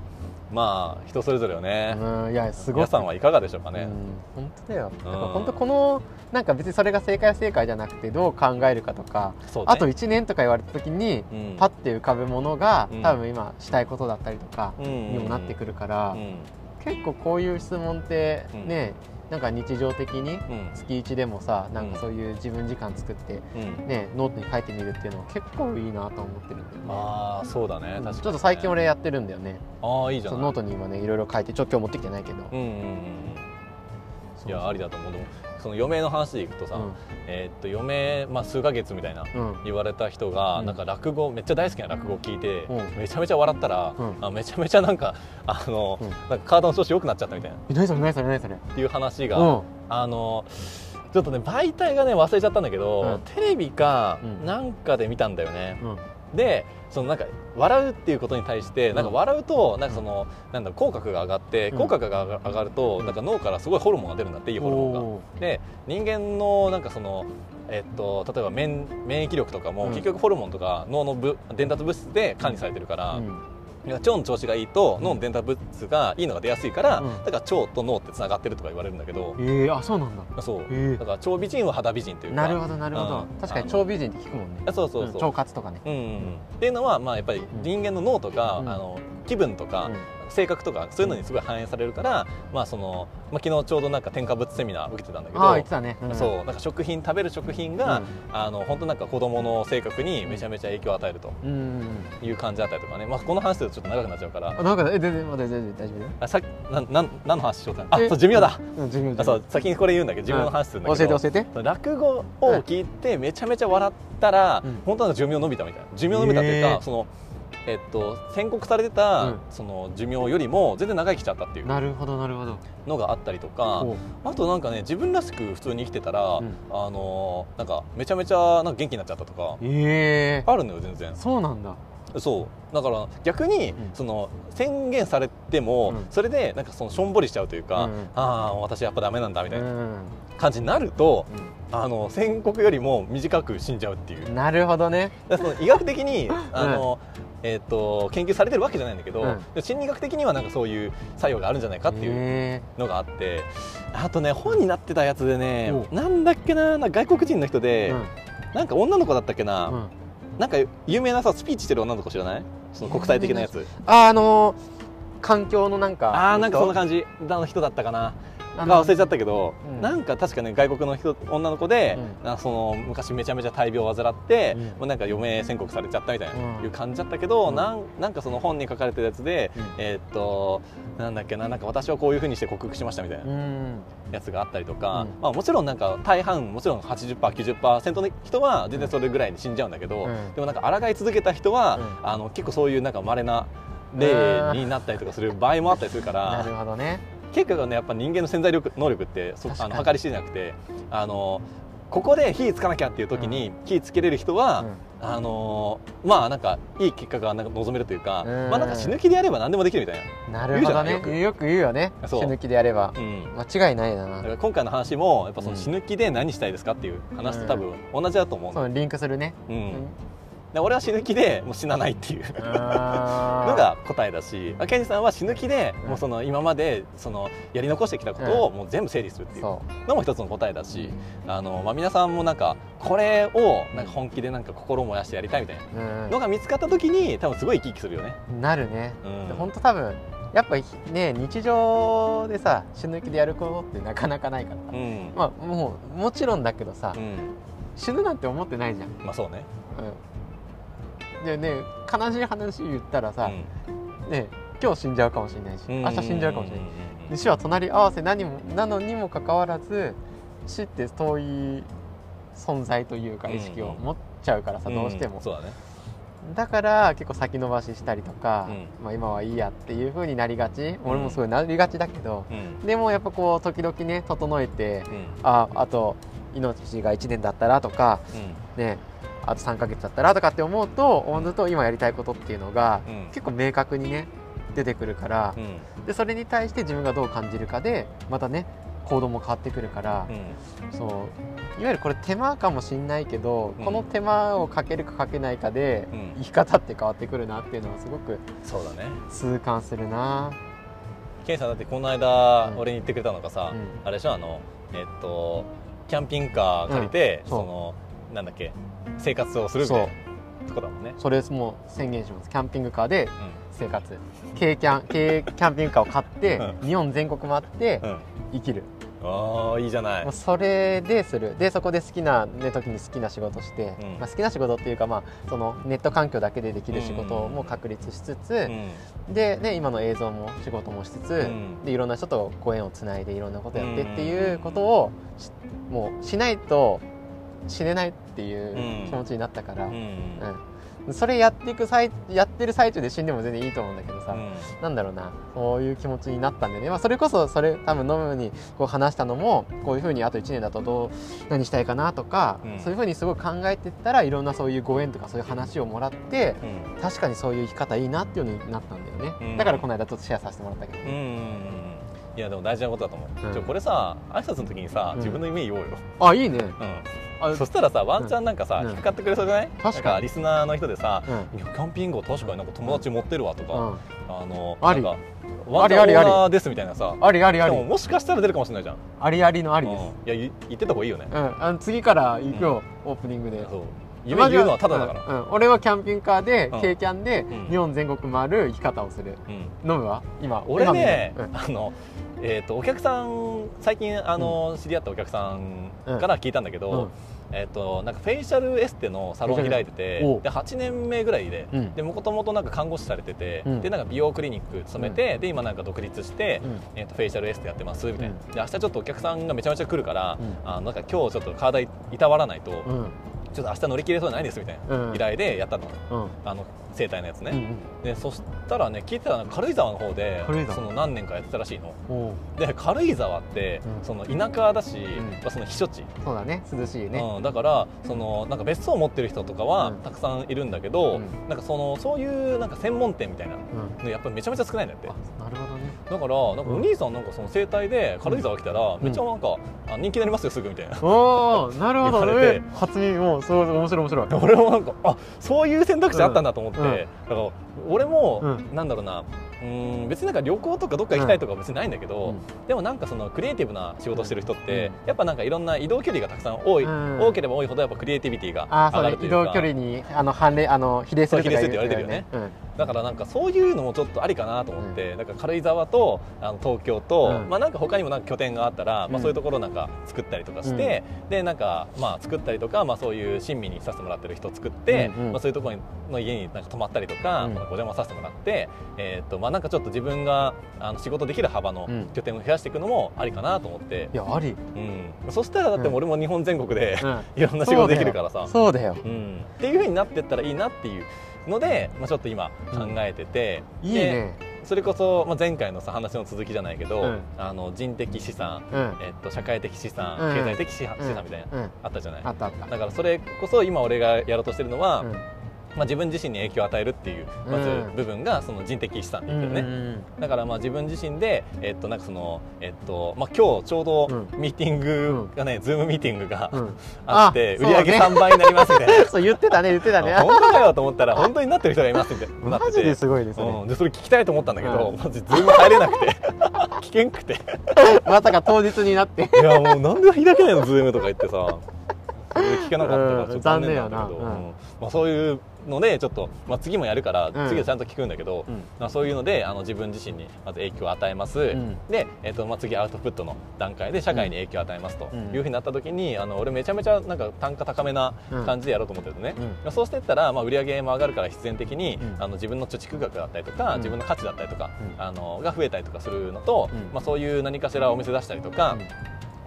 Speaker 1: まあ人それぞれよね、
Speaker 2: うんいやすごい
Speaker 1: 皆さんはいかがでしょうかね、
Speaker 2: うん、本当だよ、だから
Speaker 1: うん
Speaker 2: 本当このなんか別にそれが正解は正解じゃなくてどう考えるかとか、
Speaker 1: そうね
Speaker 2: あと1年とか言われた時に、
Speaker 1: うん
Speaker 2: パッて浮かぶものが、
Speaker 1: うん
Speaker 2: 多分今したいことだったりとか
Speaker 1: うん
Speaker 2: にもなってくるか
Speaker 1: う
Speaker 2: ら、
Speaker 1: ん
Speaker 2: 結構こういう質問って
Speaker 1: うん
Speaker 2: ね、なんか日常的
Speaker 1: う
Speaker 2: に
Speaker 1: ん
Speaker 2: 月1でもさなんかそういう自分時間作って、
Speaker 1: うん
Speaker 2: ね、ノートに書いてみるっていうのは結構いいなと思ってるんだよね。
Speaker 1: ああそうだね確
Speaker 2: うん
Speaker 1: かにね
Speaker 2: ちょっと最近俺やってるんだよね
Speaker 1: ああいいじゃ
Speaker 2: そ
Speaker 1: な
Speaker 2: の
Speaker 1: い
Speaker 2: ノートに今ねいろいろ書いてちょっと今日持ってきてないけど、
Speaker 1: うんうんうんうんいやあり
Speaker 2: だ
Speaker 1: だと思うでもその余命の話でいくとさ、えーっと余命、まあ、数ヶ月みたいな
Speaker 2: うん、
Speaker 1: 言われた人が、
Speaker 2: うん
Speaker 1: なんか落語めっちゃ大好きな落語を聞いて、
Speaker 2: うん
Speaker 1: めちゃめちゃ笑ったら、
Speaker 2: うん
Speaker 1: あめちゃめちゃなんかあの、
Speaker 2: うん
Speaker 1: なんか体の調子良くなっちゃったみたいなっ
Speaker 2: え何それ何それ何それ
Speaker 1: ていう話が、
Speaker 2: うん
Speaker 1: あのちょっとね媒体がね忘れちゃったんだけど、テレビか
Speaker 2: うん
Speaker 1: なんかで見たんだよね、
Speaker 2: うん
Speaker 1: でそのなんか笑うっていうことに対してなんか
Speaker 2: うん
Speaker 1: 笑うとなんかその、なんだろう口角が上がって
Speaker 2: うん
Speaker 1: 口角が上がるとなんか脳からすごいホルモンが出るんだっていいホルモンが。
Speaker 2: お
Speaker 1: で人間のなんかそのえっと、例えば免免疫力とかも、
Speaker 2: うん
Speaker 1: 結局ホルモンとか脳のぶ伝達物質で管理されてるから、
Speaker 2: ーうん
Speaker 1: 腸の調子がいいと
Speaker 2: うん
Speaker 1: 脳の伝達物質がいいのが出やすいから、
Speaker 2: うん
Speaker 1: だから腸と脳ってつながってるとか言われるんだけど、
Speaker 2: えー、あそうなんだ
Speaker 1: そう
Speaker 2: え
Speaker 1: だから腸美人は肌美人とい
Speaker 2: ー、
Speaker 1: うか
Speaker 2: なるほどなるほど、
Speaker 1: うん
Speaker 2: 確かに超美人って聞くもんね
Speaker 1: あそうそうそう、
Speaker 2: ん、腸活とかね
Speaker 1: うんうんうんっていうのは、まあ、やっぱり人間の脳とか、
Speaker 2: うん
Speaker 1: あの気分とか、
Speaker 2: う
Speaker 1: 性格とかそういうのにすごい反映されるから、まあそのまあ、昨日ちょうどなんか添加物セミナー受けてたんだけ
Speaker 2: ん、ああ言
Speaker 1: ど
Speaker 2: って。たね、うん、
Speaker 1: そうなんか食品食べる食品が、あの本当なんか子供の性格にめちゃめちゃ影響を与えると
Speaker 2: うん、うんうん
Speaker 1: いう感じだったりとかね、まあ、この話するとちょっと長くなっちゃうから
Speaker 2: あなんかえ全然まだ全然大丈夫だよ
Speaker 1: あさっきなんなん何の話しようとあ
Speaker 2: え
Speaker 1: そう寿命だ、
Speaker 2: うん寿命
Speaker 1: あそう先にこれ言うんだけど寿命の話するんだ
Speaker 2: 教
Speaker 1: けど、
Speaker 2: えて教えて
Speaker 1: 落語を聞いてめちゃめちゃ笑ったら、
Speaker 2: うん
Speaker 1: 本当は寿命伸びたみたいな寿命伸びたっていうか、
Speaker 2: へー
Speaker 1: そのえっと宣告されてた、
Speaker 2: うん
Speaker 1: その寿命よりも全然長生きしちゃったっていう
Speaker 2: なるほどなるほど
Speaker 1: のがあったりとか
Speaker 2: おう
Speaker 1: あとなんかね自分らしく普通に生きてたら、
Speaker 2: うん
Speaker 1: あのなんかめちゃめちゃなんか元気になっちゃったとか
Speaker 2: ええ
Speaker 1: あるのよ全然
Speaker 2: ー、そうなんだ
Speaker 1: そうだから逆に、
Speaker 2: うん
Speaker 1: その宣言されても、
Speaker 2: うん
Speaker 1: それでなんかそのしょんぼりしちゃうというか、
Speaker 2: うんうん、
Speaker 1: ああ私やっぱダメなんだみたいうなん感じになると、あの宣告よりも短く死んじゃうっていう
Speaker 2: うん、なるほどね
Speaker 1: だ からその医学的にあの、えー、と研究されてるわけじゃないんだけど、
Speaker 2: う
Speaker 1: 心理学的にはなんかそういう作用があるんじゃないかっていう
Speaker 2: え
Speaker 1: のがあってあとね本になってたやつでね
Speaker 2: お
Speaker 1: なんだっけななんか外国人の人
Speaker 2: え
Speaker 1: で、
Speaker 2: ー
Speaker 1: なんか女の子だったっけ
Speaker 2: う
Speaker 1: な、
Speaker 2: んうん、
Speaker 1: なんか有名なさスピーチしてる女の子知らないその国際的なやつ
Speaker 2: ああのー、環境のなんか
Speaker 1: あーなんかそんな感じの人だったかな
Speaker 2: あの
Speaker 1: が忘れちゃったけど、
Speaker 2: うん
Speaker 1: なんか確かね外国の人女の子で、
Speaker 2: う
Speaker 1: なその昔めちゃめちゃ大病を患って、
Speaker 2: うん
Speaker 1: もうなんか余命宣告されちゃったみたいな、
Speaker 2: うん
Speaker 1: いう感じだったけど、
Speaker 2: うん
Speaker 1: なんなんかその本に書かれてるやつで、
Speaker 2: うん
Speaker 1: えーっとなんだっけななんか私はこういうふうにして克服しましたみたいな
Speaker 2: うん
Speaker 1: やつがあったりとか、
Speaker 2: うん
Speaker 1: まあ、もちろんなんか大半もちろん 80%90% の人は全然それぐらいで死んじゃうんだけど、
Speaker 2: うん
Speaker 1: でもなんか抗い続けた人は、あの結構そういうなんか稀な例になったりとかする場合もあったりするか
Speaker 2: なる
Speaker 1: ら
Speaker 2: ほどね
Speaker 1: 結構ねやっぱ人間の潜在力能力ってそ
Speaker 2: 確か
Speaker 1: あ
Speaker 2: に
Speaker 1: の計り知れなくてあのここで火つかなきゃっていう時に火つけれる人は、あのまあなんかいい結果がなんか望めるというか、
Speaker 2: うん
Speaker 1: まあなんか死ぬ気でやれば何でもできるみたい
Speaker 2: うんなるほどね
Speaker 1: 言うじゃない
Speaker 2: よく言うよね死
Speaker 1: そう
Speaker 2: ぬ気でやれば
Speaker 1: な。うん
Speaker 2: 間違いないだ
Speaker 1: だか
Speaker 2: な
Speaker 1: ら今回の話もやっぱそうの
Speaker 2: ん
Speaker 1: 死ぬ気で何したいですかっていう話
Speaker 2: う
Speaker 1: と
Speaker 2: ん
Speaker 1: 多分同じだと思う
Speaker 2: そ
Speaker 1: の、
Speaker 2: うリンクするね
Speaker 1: う
Speaker 2: うん ん
Speaker 1: で俺は死ぬ気でもう死なないっていうの
Speaker 2: あ
Speaker 1: が答えだしあケンジさんは死ぬ気で
Speaker 2: うん
Speaker 1: もうその今までそのやり残してきたことをもう全部整理するって
Speaker 2: ー
Speaker 1: いう
Speaker 2: そ
Speaker 1: のも一つの答えだ
Speaker 2: う
Speaker 1: しあの、まあ、皆さんもなんかこれをなんか本気でなんか心を燃やしてやりたいみたいな
Speaker 2: うん
Speaker 1: のが見つかった時に多分すごい生き生きするよね。
Speaker 2: なるね
Speaker 1: うん
Speaker 2: 本当多分やっぱね日常でさ死ぬ気でやることってなかなかないから
Speaker 1: う
Speaker 2: さ
Speaker 1: ん
Speaker 2: まあもうもちろんだけどさ
Speaker 1: うん
Speaker 2: 死ぬなんて思ってないじゃん
Speaker 1: まあそうね。
Speaker 2: うんでね悲しい話言ったらさ
Speaker 1: うん
Speaker 2: ね今日死んじゃうかもしれないし明日死んじゃうかもしれない
Speaker 1: うんうんうん
Speaker 2: で死は隣り合わせ何もなのにもかかわらず死って遠い存在というか
Speaker 1: うんうん
Speaker 2: 意識を持っちゃうからさどうしても
Speaker 1: んそうだね。
Speaker 2: だから結構先延ばししたりとか
Speaker 1: う
Speaker 2: まあ今はいいやっていう風になりがち俺もすごいなりがちだけど
Speaker 1: うん
Speaker 2: でもやっぱこう時々ね整えて
Speaker 1: うん
Speaker 2: ああと命が1年だったらとか
Speaker 1: うん
Speaker 2: ねあと3ヶ月だったらとかって思うとおのずと今やりたいことっていうのが
Speaker 1: うん
Speaker 2: 結構明確にね出てくるから
Speaker 1: うん
Speaker 2: でそれに対して自分がどう感じるかでまたね行動も変わってくるから
Speaker 1: う、ん
Speaker 2: そういわゆるこれ手間かもしんないけど、
Speaker 1: うん
Speaker 2: この手間をかけるかかけないかで、
Speaker 1: うん
Speaker 2: 生き方って変わってくるなっていうのはすごく
Speaker 1: そうだね
Speaker 2: 痛感するな、
Speaker 1: ケンさんだってこの間
Speaker 2: うん
Speaker 1: 俺に言ってくれたのがさ、
Speaker 2: うん
Speaker 1: あれでしょあのえっとキャンピングカー借りて、
Speaker 2: うん
Speaker 1: そのなんだっけ生活をするみたいなとこだもんね
Speaker 2: それもう宣言しますキャンピングカーで
Speaker 1: う
Speaker 2: 生活軽 キャン軽キャンピングカーを買って、
Speaker 1: う
Speaker 2: 日本全国回って
Speaker 1: ん、うん、
Speaker 2: 生きる、
Speaker 1: ああいいじゃない
Speaker 2: もうそれでするでそこで好きな、ね、時に好きな仕事して、
Speaker 1: うん
Speaker 2: まあ、好きな仕事っていうか、まあ、そのネット環境だけでできる仕事も確立しつつ、
Speaker 1: うん
Speaker 2: で、ね、今の映像も仕事もしつつ、
Speaker 1: うん
Speaker 2: でいろんな人とご縁をつないでいろんなことやって
Speaker 1: うん
Speaker 2: っていうことをしもうしないと死ねないっていう
Speaker 1: うん
Speaker 2: 気持ちになったから、
Speaker 1: うん
Speaker 2: うんそれやっていく最やってる最中で死んでも全然いいと思うんだけどさ、
Speaker 1: うん
Speaker 2: なんだろうなそういう気持ちになったんでね、まあ、それこそそれ多分飲むにこう話したのもこういうふうにあと1年だとどう何したいかなとか、
Speaker 1: うん
Speaker 2: そういうふうにすごい考えてったらいろんなそういうご縁とかそういう話をもらって
Speaker 1: うん
Speaker 2: 確かにそういう生き方いいなっていうのになったんだよね、
Speaker 1: うん
Speaker 2: だからこの間ちょっとシェアさせてもらったけど、
Speaker 1: うんうんいやでも大事なことだと思う、
Speaker 2: うん
Speaker 1: ちょこれさ挨拶の時にさ
Speaker 2: うん
Speaker 1: 自分の夢言おうよ、
Speaker 2: あいいね
Speaker 1: う
Speaker 2: あ
Speaker 1: ん、そしたらさワンチャンなんかさ、
Speaker 2: うん
Speaker 1: 引っかかってくれそうじゃない
Speaker 2: かに
Speaker 1: なんかリスナーの人でさ
Speaker 2: うん、
Speaker 1: いやキャンピングカー確かになんか友達持ってるわとか、
Speaker 2: うん、
Speaker 1: あの
Speaker 2: あり
Speaker 1: なんかワンダ
Speaker 2: あり
Speaker 1: ー
Speaker 2: あ
Speaker 1: オー
Speaker 2: り
Speaker 1: ナーですみたいなさ
Speaker 2: ありありあ
Speaker 1: で
Speaker 2: り
Speaker 1: ももしかしたら出るかもしれないじゃん
Speaker 2: ありありのありです、
Speaker 1: うんいやい言ってた方がいいよね
Speaker 2: うんあの次から行くよ、オープニングで
Speaker 1: そう夢言うのはただだか
Speaker 2: う
Speaker 1: ら
Speaker 2: んうん俺はキャンピングカーで、
Speaker 1: うん
Speaker 2: 軽キャンで、
Speaker 1: うん
Speaker 2: 日本全国回る生き方をする
Speaker 1: うん
Speaker 2: 飲むわ今
Speaker 1: 俺ね
Speaker 2: 今見た
Speaker 1: あのえっとお客さん最近あの知り合ったお客さんから聞いたんだけ
Speaker 2: うん
Speaker 1: どえっとなんかフェイシャルエステのサロン開いてて
Speaker 2: フェイシャルエステおう
Speaker 1: で8年目ぐらいで
Speaker 2: うんうん
Speaker 1: でもともとなんか看護師されてて
Speaker 2: うん
Speaker 1: でなんか美容クリニック勤めてで今なんか独立して
Speaker 2: うん
Speaker 1: えっとフェイシャルエステやってますみたいな
Speaker 2: うん
Speaker 1: で明日ちょっとお客さんがめちゃめちゃ来るから
Speaker 2: うん
Speaker 1: あのなんか今日ちょっと体いたわらないと
Speaker 2: うん
Speaker 1: ちょっと明日乗り切れそうじゃないですみたい
Speaker 2: うん
Speaker 1: な依頼でやったの
Speaker 2: うん
Speaker 1: あの整体のやつ
Speaker 2: うんう
Speaker 1: ね、
Speaker 2: ん
Speaker 1: でそしたらね聞いてたら軽井沢の方で
Speaker 2: 軽井沢
Speaker 1: その何年かやってたらしいの
Speaker 2: おう
Speaker 1: で軽井沢って、
Speaker 2: うん
Speaker 1: その田舎だし、
Speaker 2: ん
Speaker 1: まあその避暑地、
Speaker 2: そうだね涼しいね、
Speaker 1: うん、だからそのなんか別荘を持ってる人とかは
Speaker 2: うん
Speaker 1: たくさんいるんだけど、
Speaker 2: うん
Speaker 1: なんかそのそういうなんか専門店みたいな
Speaker 2: うん
Speaker 1: のやっぱりめちゃめちゃ少ないんだって
Speaker 2: あなるほどね
Speaker 1: だからなんかお兄さんなんかその整体で軽井沢来たら、
Speaker 2: ん
Speaker 1: めっちゃなんか、あ人気になりますよすぐみたいな
Speaker 2: おおなるほど
Speaker 1: 言われて
Speaker 2: え初耳もうすごい面白い 面白い
Speaker 1: 俺もなんかあそういう選択肢あったんだと思って、
Speaker 2: うんうん
Speaker 1: だから俺も、
Speaker 2: う
Speaker 1: なんだろうなうん別になんか旅行とかどっか行きたいとかは別にないんだけど、でもなんかそのクリエイティブな仕事してる人って、やっぱなんかいろんな移動距離がたくさん多い、
Speaker 2: うん
Speaker 1: 多ければ多いほどやっぱクリエイティビティが
Speaker 2: あ
Speaker 1: 上がる
Speaker 2: あそ
Speaker 1: とい
Speaker 2: う移
Speaker 1: うか
Speaker 2: 動距離にあの反例あの比例するとか
Speaker 1: そう比例するって言われてる
Speaker 2: よね、
Speaker 1: だからなんかそういうのもちょっとありかなと思って、だから軽井沢とあの東京と、
Speaker 2: うん
Speaker 1: まあなんか他にもなんか拠点があったら、
Speaker 2: う
Speaker 1: まあ
Speaker 2: ん
Speaker 1: そういうところなんか作ったりとかして、でなんかまあ作ったりとかまあそういう親身にさせてもらってる人作って、
Speaker 2: うんうん
Speaker 1: まあそういうところの家になんか泊まったりとか、
Speaker 2: うん
Speaker 1: お邪魔させてもらって、えーっとまあなんかちょっと自分があの仕事できる幅の
Speaker 2: うん
Speaker 1: 拠点を増やしていくのもありかなと思って
Speaker 2: い、やあり、
Speaker 1: うん、そしたらだってもう俺も日本全国で、
Speaker 2: うん、
Speaker 1: いろんな仕事できるからさ。
Speaker 2: そうだよ
Speaker 1: うん、っていうふうになってったらいいなっていうので、まあ、ちょっと今考えてて、
Speaker 2: いいね、
Speaker 1: でそれこそ、まあ、前回のさ話の続きじゃないけど、
Speaker 2: うん
Speaker 1: あの人的資産、
Speaker 2: うん
Speaker 1: えっと、社会的資産、
Speaker 2: うん
Speaker 1: 経済的資産資産みたいな、
Speaker 2: うん、
Speaker 1: あったじゃない
Speaker 2: あったあった
Speaker 1: だからそれこそ今俺がやろうとしてるのは、
Speaker 2: うん
Speaker 1: まあ、自分自身に影響を与えるっていうまず
Speaker 2: うん
Speaker 1: 部分がその人的資産って言ってるね、
Speaker 2: うん
Speaker 1: だからまあ自分自身で、えっとなんかそのえっとまあ、今日ちょうど
Speaker 2: う
Speaker 1: ミーティングがね、ズームミーティングが、
Speaker 2: うんうん
Speaker 1: あって
Speaker 2: あ
Speaker 1: 売り上げ
Speaker 2: そ
Speaker 1: 3倍になりますみたいな。
Speaker 2: そう言ってたね言ってたね
Speaker 1: 本当かよと思ったら本当になってる人がいますみたいななってて
Speaker 2: マジですごいですね、
Speaker 1: うん、でそれ聞きたいと思ったんだけど、
Speaker 2: うん
Speaker 1: マジ全部入れな くて危険くてい
Speaker 2: まさか当日になって
Speaker 1: やもうなんで開けないのズームとか言ってさそれ聞かなかったからちょっと残念なんだけど、
Speaker 2: うん残念やなう
Speaker 1: う
Speaker 2: ん
Speaker 1: んまあ、そういうのでちょっと、まあ、次もやるから、
Speaker 2: うん
Speaker 1: 次はちゃんと聞くんだけど、
Speaker 2: うん
Speaker 1: まあ、そういうのであの自分自身にまず影響を与えます、
Speaker 2: ん
Speaker 1: で、えっとまあ、次アウトプットの段階で社会に影響を与えますと
Speaker 2: うん
Speaker 1: いうふうになった時にあの俺めちゃめちゃなんか単価高めな感じでやろうと思ってるのね、
Speaker 2: うん
Speaker 1: そうしていったら、まあ、売り上げも上がるから必然的に、
Speaker 2: うん
Speaker 1: あの自分の貯蓄額だったりとか、
Speaker 2: うん
Speaker 1: 自分の価値だったりとか、
Speaker 2: うん
Speaker 1: あのが増えたりとかするのと、
Speaker 2: うん
Speaker 1: まあ、そういう何かしらお店出したりとか、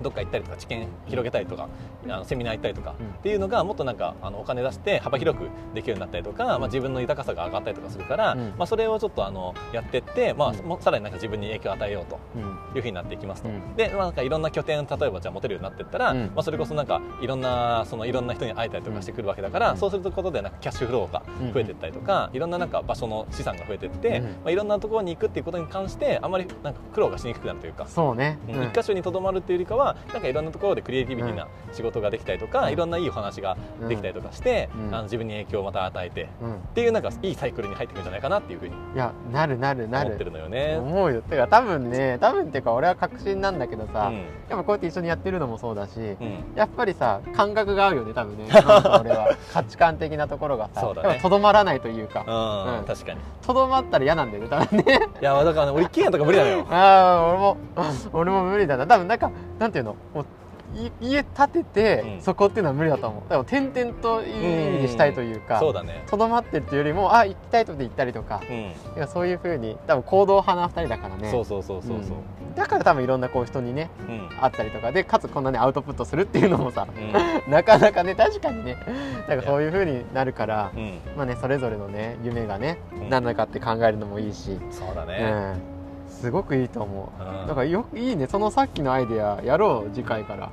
Speaker 1: どっか行ったりとか知見広げたりとかあのセミナー行ったりとか、
Speaker 2: うん
Speaker 1: っていうのがもっとなんかあのお金出して幅広くできるようになったりとか、まあ、自分の豊かさが上がったりとかするから、
Speaker 2: うん
Speaker 1: まあ、それをちょっとあのやってって、まあ
Speaker 2: うん
Speaker 1: もうさらになんか自分に影響を与えようと
Speaker 2: うん
Speaker 1: いうふうになっていきますと、
Speaker 2: うん
Speaker 1: で、まあ、なんかいろんな拠点例えばじゃあ持てるようになってったら、
Speaker 2: うん
Speaker 1: まあ、それこそなんかいろんなそのいろんな人に会えたりとかしてくるわけだから、
Speaker 2: うん
Speaker 1: そうすることでなんかキャッシュフローが増えていったりとか、いろんななんか場所の資産が増えていって、
Speaker 2: うん
Speaker 1: まあ、いろんなところに行くっていうことに関してあまりなんか苦労がしにくくなるというか。
Speaker 2: そうね、
Speaker 1: うん
Speaker 2: うん
Speaker 1: 一箇所にとどまるっていうよりかはなんかいろんなところでクリエイティビティな仕事ができたりとか、
Speaker 2: うん
Speaker 1: いろんないいお話ができたりとかして、
Speaker 2: うん
Speaker 1: あの自分に影響をまた与えてっ
Speaker 2: うん
Speaker 1: ていうなんかいいサイクルに入ってくるんじゃないかなっていうふうに
Speaker 2: いやなるなるな
Speaker 1: 思って
Speaker 2: る
Speaker 1: るのよね。
Speaker 2: 思うよてか多分ね多分っていうか俺は確信なんだけどさ、
Speaker 1: うん
Speaker 2: やっぱこうやって一緒にやってるのもそうだし、
Speaker 1: うん
Speaker 2: やっぱりさ感覚が合うよね多 分ねなんか俺は価値観的なところがさ
Speaker 1: そうだね
Speaker 2: やっぱとどまらないというか
Speaker 1: うん
Speaker 2: うん
Speaker 1: 確かにい
Speaker 2: とどまったら嫌なんだよね多分 ね
Speaker 1: やだから、ね、俺一軒家とか無理なのよ
Speaker 2: ああ俺も俺も無理だな多分なんかなんていうのもうい家建てて、
Speaker 1: うん
Speaker 2: そこっていうのは無理だと思うでも点々という意味でしたいというか
Speaker 1: そうだね
Speaker 2: とどまってるっていうよりもあ行きたいとこで行ったりとか
Speaker 1: うん
Speaker 2: いやそういうふうに多分行動派な2人だからね
Speaker 1: そうそうそうそうそう
Speaker 2: うんだから多分いろんなこう人にね
Speaker 1: うん、
Speaker 2: 会ったりとかでかつこんなにアウトプットするっていうのもさ
Speaker 1: うん
Speaker 2: なかなかね確かにねなんかそういうふうになるから
Speaker 1: うん
Speaker 2: まあねそれぞれのね夢がね
Speaker 1: うん
Speaker 2: 何なのかって考えるのもいいし、
Speaker 1: そうだ
Speaker 2: う
Speaker 1: ね、
Speaker 2: ん、すごくいいと思
Speaker 1: う
Speaker 2: うんだからよいいねそのさっきのアイデアやろう次回から、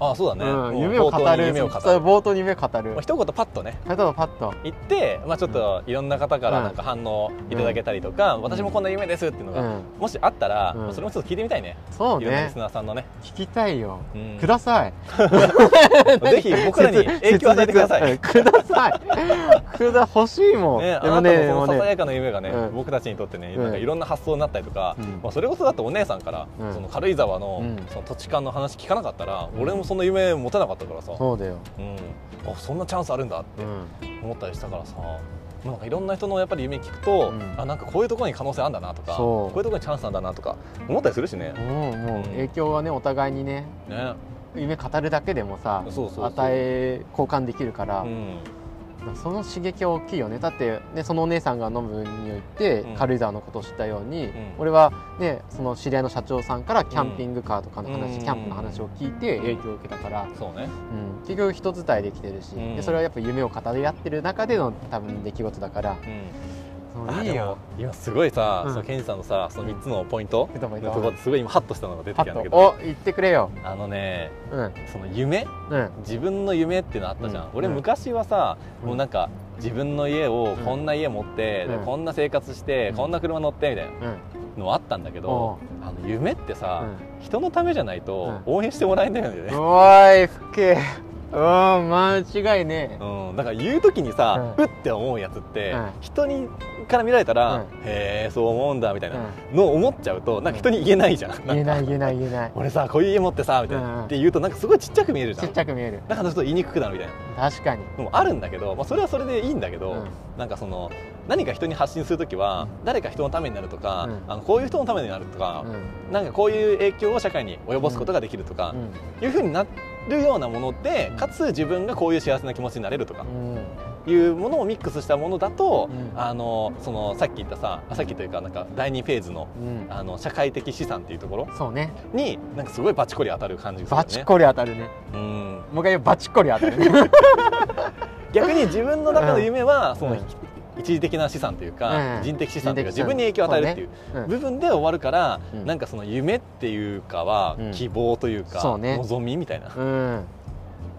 Speaker 1: あそうだね、
Speaker 2: うん、
Speaker 1: もう
Speaker 2: 夢を
Speaker 1: 冒
Speaker 2: 語
Speaker 1: 頭に
Speaker 2: る
Speaker 1: 夢を語
Speaker 2: そう
Speaker 1: る
Speaker 2: 冒頭に夢を語る
Speaker 1: まあ一言パッとね
Speaker 2: 例えばパッと
Speaker 1: 行って、まあ、ちょっといろんな方からなんか反応いただけたりとか、私もこんな夢ですっていうの
Speaker 2: う
Speaker 1: が、
Speaker 2: ん
Speaker 1: もしあったら、
Speaker 2: うん
Speaker 1: それもちょっと聞いてみたいね
Speaker 2: そう
Speaker 1: いろんなリ
Speaker 2: ね
Speaker 1: スナーさんのね、
Speaker 2: 聞きたいよ
Speaker 1: うん
Speaker 2: ください
Speaker 1: ぜひ僕 らに影響を与えてください
Speaker 2: うんください。 くだ、欲しいもん。
Speaker 1: ね、あ
Speaker 2: でも
Speaker 1: なた
Speaker 2: ね、
Speaker 1: のそのさ
Speaker 2: でも
Speaker 1: さ
Speaker 2: ね
Speaker 1: やかな夢がね、
Speaker 2: うん
Speaker 1: 僕たちにとってね
Speaker 2: うん
Speaker 1: なんかいろんな発想になったりとか、
Speaker 2: うん
Speaker 1: まあ、それこそだってお姉さんから、
Speaker 2: うん
Speaker 1: その軽井沢の,、
Speaker 2: うん
Speaker 1: その土地勘の話聞かなかったら、
Speaker 2: うん
Speaker 1: 俺もその夢持てなかったからさ、
Speaker 2: そうだよ。
Speaker 1: うん、あそんなチャンスあるんだって
Speaker 2: うん
Speaker 1: 思ったりしたからさ、まあ、なんかいろんな人のやっぱり夢聞くと、
Speaker 2: うん
Speaker 1: あなんかこういうところに可能性あるんだなとか
Speaker 2: そ
Speaker 1: こ
Speaker 2: う
Speaker 1: ういうところにチャンスなんだなとか思ったりするしね。
Speaker 2: もう、も
Speaker 1: うん
Speaker 2: う、影響はね、お互いにね、
Speaker 1: ね
Speaker 2: 夢語るだけでもさ
Speaker 1: そう。そうそう
Speaker 2: 与え交換できるから、
Speaker 1: うん
Speaker 2: その刺激は大きいよねだって、ね、そのお姉さんが飲むにおいて、
Speaker 1: うん
Speaker 2: 軽井沢のことを知ったように、
Speaker 1: ん
Speaker 2: 俺は、ね、その知り合いの社長さんからキャンピングカーとかの話、
Speaker 1: うん
Speaker 2: キャンプの話を聞いて影響を受けたから、
Speaker 1: そうね
Speaker 2: うん結局人伝いできてるし、
Speaker 1: うん
Speaker 2: でそれはやっぱ夢を語り合ってる中での多分出来事だから、
Speaker 1: うん
Speaker 2: そうい
Speaker 1: あ
Speaker 2: いよ
Speaker 1: でも今すごいさ、
Speaker 2: うん
Speaker 1: そのケンジさんのさその3つのポイント
Speaker 2: ふともい
Speaker 1: の
Speaker 2: た
Speaker 1: ところですごい今ハッとしたのが出て
Speaker 2: パ
Speaker 1: きたんだ
Speaker 2: ッ
Speaker 1: け
Speaker 2: と
Speaker 1: ど
Speaker 2: お言ってくれよ
Speaker 1: あのね
Speaker 2: うん
Speaker 1: その夢
Speaker 2: うん
Speaker 1: 自分の夢っていうのあったじゃん、
Speaker 2: うん
Speaker 1: 俺
Speaker 2: うん
Speaker 1: 昔はさ、
Speaker 2: うん
Speaker 1: もうなんか自分の家を
Speaker 2: うん
Speaker 1: こんな家持って、で
Speaker 2: うん
Speaker 1: こんな生活して、
Speaker 2: うん
Speaker 1: こんな車乗ってみたいな
Speaker 2: うん
Speaker 1: のあったんだけど、あの夢って
Speaker 2: う
Speaker 1: さ、
Speaker 2: ん
Speaker 1: 人のためじゃないと応援してもらえないんだよね、
Speaker 2: おいふっけうん間違いね
Speaker 1: うん、だから言う時にさ、
Speaker 2: う
Speaker 1: うって思うやつって、
Speaker 2: うん
Speaker 1: 人にから見られたら、
Speaker 2: うん
Speaker 1: へえそう思うんだみたい
Speaker 2: え、
Speaker 1: なのを思っちゃうとなんか人に言えないじゃん,なんか、
Speaker 2: 言えない言えない言え な い
Speaker 1: 俺さこういう家持ってさみたいな、
Speaker 2: うん
Speaker 1: って言うとなんかすごいちっちゃく見えるじゃ
Speaker 2: ち
Speaker 1: ん
Speaker 2: っちゃく見える
Speaker 1: だからちょっと言いにくくなるみたいな
Speaker 2: 確かに
Speaker 1: のもあるんだけど、まあ、それはそれでいいんだけど、
Speaker 2: うん
Speaker 1: なんかその何か人に発信する時は、誰か人のためになるとか、
Speaker 2: うん
Speaker 1: あのこういう人のためになるとか
Speaker 2: う、ん
Speaker 1: なんかこういう影響を社会に及ぼすことができるとか、いうふうになるようなもので
Speaker 2: うん
Speaker 1: かつ自分がこういう幸せな気持ちになれるとか
Speaker 2: うんうん
Speaker 1: いうものをミックスしたものだと、
Speaker 2: うん
Speaker 1: あのそのさっき言ったさあさっきというかなんか第2フェーズの
Speaker 2: うん
Speaker 1: あの社会的資産っていうところ
Speaker 2: そうね
Speaker 1: になんかすごいバチコリ当たる感じがするよ
Speaker 2: バ
Speaker 1: ね
Speaker 2: チコリ当たるね
Speaker 1: うん、
Speaker 2: もう一回言うバチコリ当たる ね
Speaker 1: 逆に自分の中の夢は、その
Speaker 2: うん
Speaker 1: 一時的な資産というか、
Speaker 2: うん
Speaker 1: 人的資産というか
Speaker 2: 人
Speaker 1: 自
Speaker 2: 的資産
Speaker 1: 分に影響を与えるっていう
Speaker 2: うん
Speaker 1: 部分で終わるから、
Speaker 2: うん
Speaker 1: なんかその夢っていうかは、
Speaker 2: うん
Speaker 1: 希望というか
Speaker 2: そうね
Speaker 1: 望みみたいな、っ
Speaker 2: うん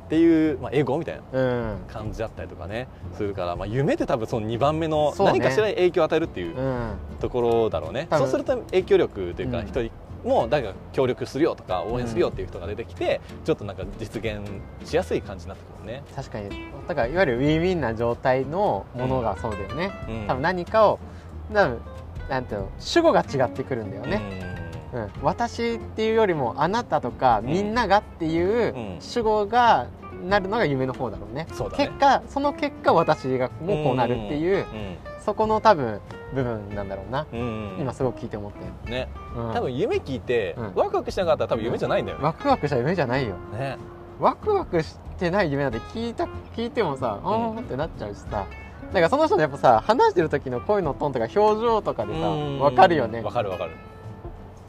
Speaker 1: ていう、まあ、エゴみたいな
Speaker 2: うん
Speaker 1: 感じだったりとかねするから、まあ、夢って多分その2番目の
Speaker 2: そうね
Speaker 1: 何かしら影響を与えるっていう
Speaker 2: うん
Speaker 1: ところだろうね
Speaker 2: 多
Speaker 1: そ
Speaker 2: 分
Speaker 1: うすると影響力という
Speaker 2: う
Speaker 1: か
Speaker 2: ん
Speaker 1: 一人も誰か協力するよとか応援するよっていう人が出てきてちょっとなんか実現しやすい感じになってくるね。
Speaker 2: 確かにだからいわゆるウィンウィンな状態のものがそうだよね、
Speaker 1: うん
Speaker 2: 多分何かを多分なんていうの主語が違ってくるんだよね、うん私っていうよりもあなたとか
Speaker 1: うん
Speaker 2: みんながっていう
Speaker 1: うん
Speaker 2: 主語がなるのが夢の方だろうね,、
Speaker 1: そうだね
Speaker 2: 結果その結果私が
Speaker 1: うん
Speaker 2: もうこうなるっていう、そこの多分部分なんだろうな、
Speaker 1: うんうん
Speaker 2: 今すごく聞いて思って、
Speaker 1: ね
Speaker 2: うん、
Speaker 1: 多分夢聞いて
Speaker 2: うん
Speaker 1: ワクワクしなかったら多分夢じゃないんだよね
Speaker 2: ワクワクした夢じゃないよ
Speaker 1: ね
Speaker 2: ワクワクしてない夢なんて聞いた聞いてもさあ
Speaker 1: うん
Speaker 2: ーってなっちゃうしさだからその人のやっぱさ話してる時の声のトーンとか表情とかでさ
Speaker 1: うん
Speaker 2: わかるよね
Speaker 1: わかるわかる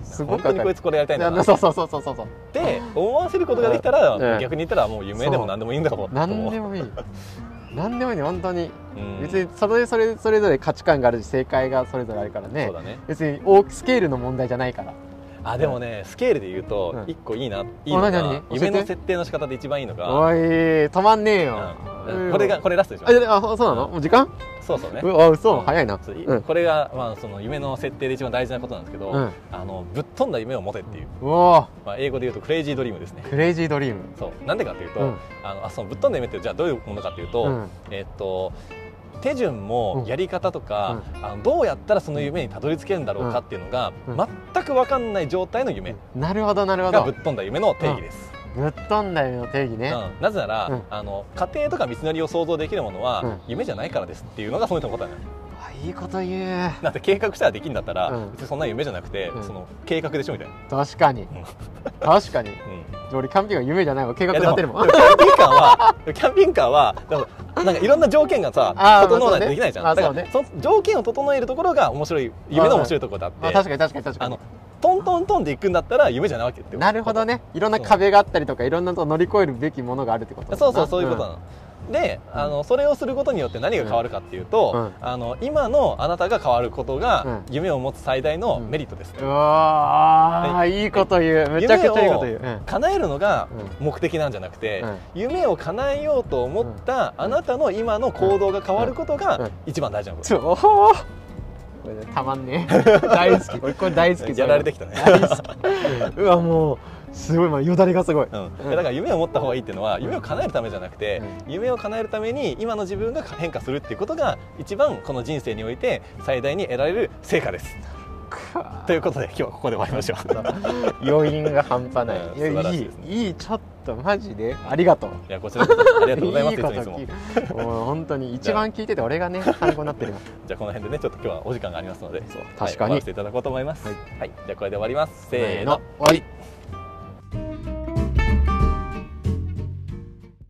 Speaker 2: す
Speaker 1: 本
Speaker 2: ごく
Speaker 1: 当
Speaker 2: わ
Speaker 1: に
Speaker 2: か
Speaker 1: こい
Speaker 2: る
Speaker 1: つこれやりたいんだ
Speaker 2: あ
Speaker 1: な
Speaker 2: のそうそうそうそうそうそう
Speaker 1: って思わせることができたら、
Speaker 2: うん
Speaker 1: 逆に言ったらもう夢でも何でもいいんだろうと
Speaker 2: 何
Speaker 1: 思う
Speaker 2: でもいい何でもいいね本当に
Speaker 1: うん
Speaker 2: 別にそれそれそれぞれ価値観があるし正解がそれぞれあるから
Speaker 1: そ
Speaker 2: ね
Speaker 1: うだね
Speaker 2: 別に大きスケールの問題じゃないから
Speaker 1: あでもねスケールで言う
Speaker 2: う
Speaker 1: と
Speaker 2: ん
Speaker 1: 一個いいな、いいの
Speaker 2: お何何
Speaker 1: が
Speaker 2: 教えて
Speaker 1: 夢の設定の仕方で一番いいのが、
Speaker 2: おい止まんねえ
Speaker 1: う
Speaker 2: よ
Speaker 1: ん
Speaker 2: うん
Speaker 1: これがこれラストでし
Speaker 2: あ
Speaker 1: ょ
Speaker 2: であそうなのもう時間
Speaker 1: そうそうね
Speaker 2: うあ嘘
Speaker 1: うん
Speaker 2: 早いな
Speaker 1: そう
Speaker 2: うん
Speaker 1: これが、まあ、その夢の設定で一番大事なことなんですけど、
Speaker 2: うん
Speaker 1: あのぶっ飛んだ夢を持てっていう、
Speaker 2: うわ
Speaker 1: まあ、英語で言うとクレイジードリームですね
Speaker 2: ークレイジードリーム
Speaker 1: そうなんでかっていうと、
Speaker 2: うん
Speaker 1: あのあそのぶっ飛んだ夢ってじゃあどういうものかっていうと、
Speaker 2: うん
Speaker 1: えっと手順もやり方とか、あのどうやったらその夢にたどり着けるんだろうかっていうのが、
Speaker 2: うん
Speaker 1: 全く分かんない状態の夢
Speaker 2: なるほどなるほ
Speaker 1: がぶ
Speaker 2: ど
Speaker 1: っ飛んだ夢の定義です、
Speaker 2: ぶっ飛んだ夢の定義
Speaker 1: う
Speaker 2: ね、
Speaker 1: んなぜなら、
Speaker 2: うん
Speaker 1: あの家庭とか道のりを想像できるものは、
Speaker 2: うん
Speaker 1: 夢じゃないからですっていうのがその人の答えなの
Speaker 2: あいいこと言う
Speaker 1: だって計画したらできんだったら、
Speaker 2: うん
Speaker 1: 別にそんな夢じゃなくて、
Speaker 2: うん
Speaker 1: その計画でしょみたいな、
Speaker 2: 確かに
Speaker 1: ん
Speaker 2: 確かに
Speaker 1: うん
Speaker 2: 俺キャンピングカー夢じゃないわ計画
Speaker 1: いや
Speaker 2: 立てるもん
Speaker 1: でキャンピングカーは キャンピングカーはでもなんかいろんな条件がさ
Speaker 2: あー
Speaker 1: 整わない
Speaker 2: まあそうね
Speaker 1: とできないじゃん、
Speaker 2: あー
Speaker 1: だから
Speaker 2: そうね
Speaker 1: その条件を整えるところが面白い夢の面白いところだって、
Speaker 2: あ確かに確かに確か
Speaker 1: あ
Speaker 2: に
Speaker 1: のトントントンで行くんだったら夢じゃないわけってこと
Speaker 2: なるほどねいろんな壁があったりとかいろんなとこ乗り越えるべきものがあるってこと
Speaker 1: そうそうそういうことなの、であのそれをすることによって何が変わるかっていうと、
Speaker 2: う
Speaker 1: あの今のあなたが変わることが夢を持つ最大のメリットです、
Speaker 2: うんうわーいいこと言うめちゃくちゃいいこと言ううん
Speaker 1: 叶えるのが目的なんじゃなくて、
Speaker 2: うん
Speaker 1: 夢を叶えようと思ったあなたの今の行動が変わること
Speaker 2: うん
Speaker 1: が一番大事なこと
Speaker 2: ちょおほーこれねたまんねえ 大好 き俺これ大好き
Speaker 1: やられてきたね、
Speaker 2: 大好きうんうわもうすごいまあよだれがすごい
Speaker 1: うん、だから夢を持った方がいいっていうのは夢を叶えるためじゃなくて、夢を叶えるために今の自分が変化するっていうことが一番この人生において最大に得られる成果です
Speaker 2: くわー
Speaker 1: ということで今日はここで終わりましょう
Speaker 2: 余韻が半端ない,、
Speaker 1: うん
Speaker 2: いや
Speaker 1: 素晴らし
Speaker 2: い
Speaker 1: い
Speaker 2: い
Speaker 1: です
Speaker 2: いいちょっとマジでありがとう
Speaker 1: いやこちらこそありがとうございます
Speaker 2: い
Speaker 1: いつ
Speaker 2: こ
Speaker 1: も
Speaker 2: と
Speaker 1: いつも
Speaker 2: 聞いてもう本当に一番聞いてて俺がね参考になってるよ
Speaker 1: じゃあこの辺でねちょっと今日はお時間がありますので
Speaker 2: 確かに
Speaker 1: はい、終わらせていただこうと思います、
Speaker 2: は
Speaker 1: はい いじゃあこれで終わりますせー
Speaker 2: せー
Speaker 1: の
Speaker 2: の終わり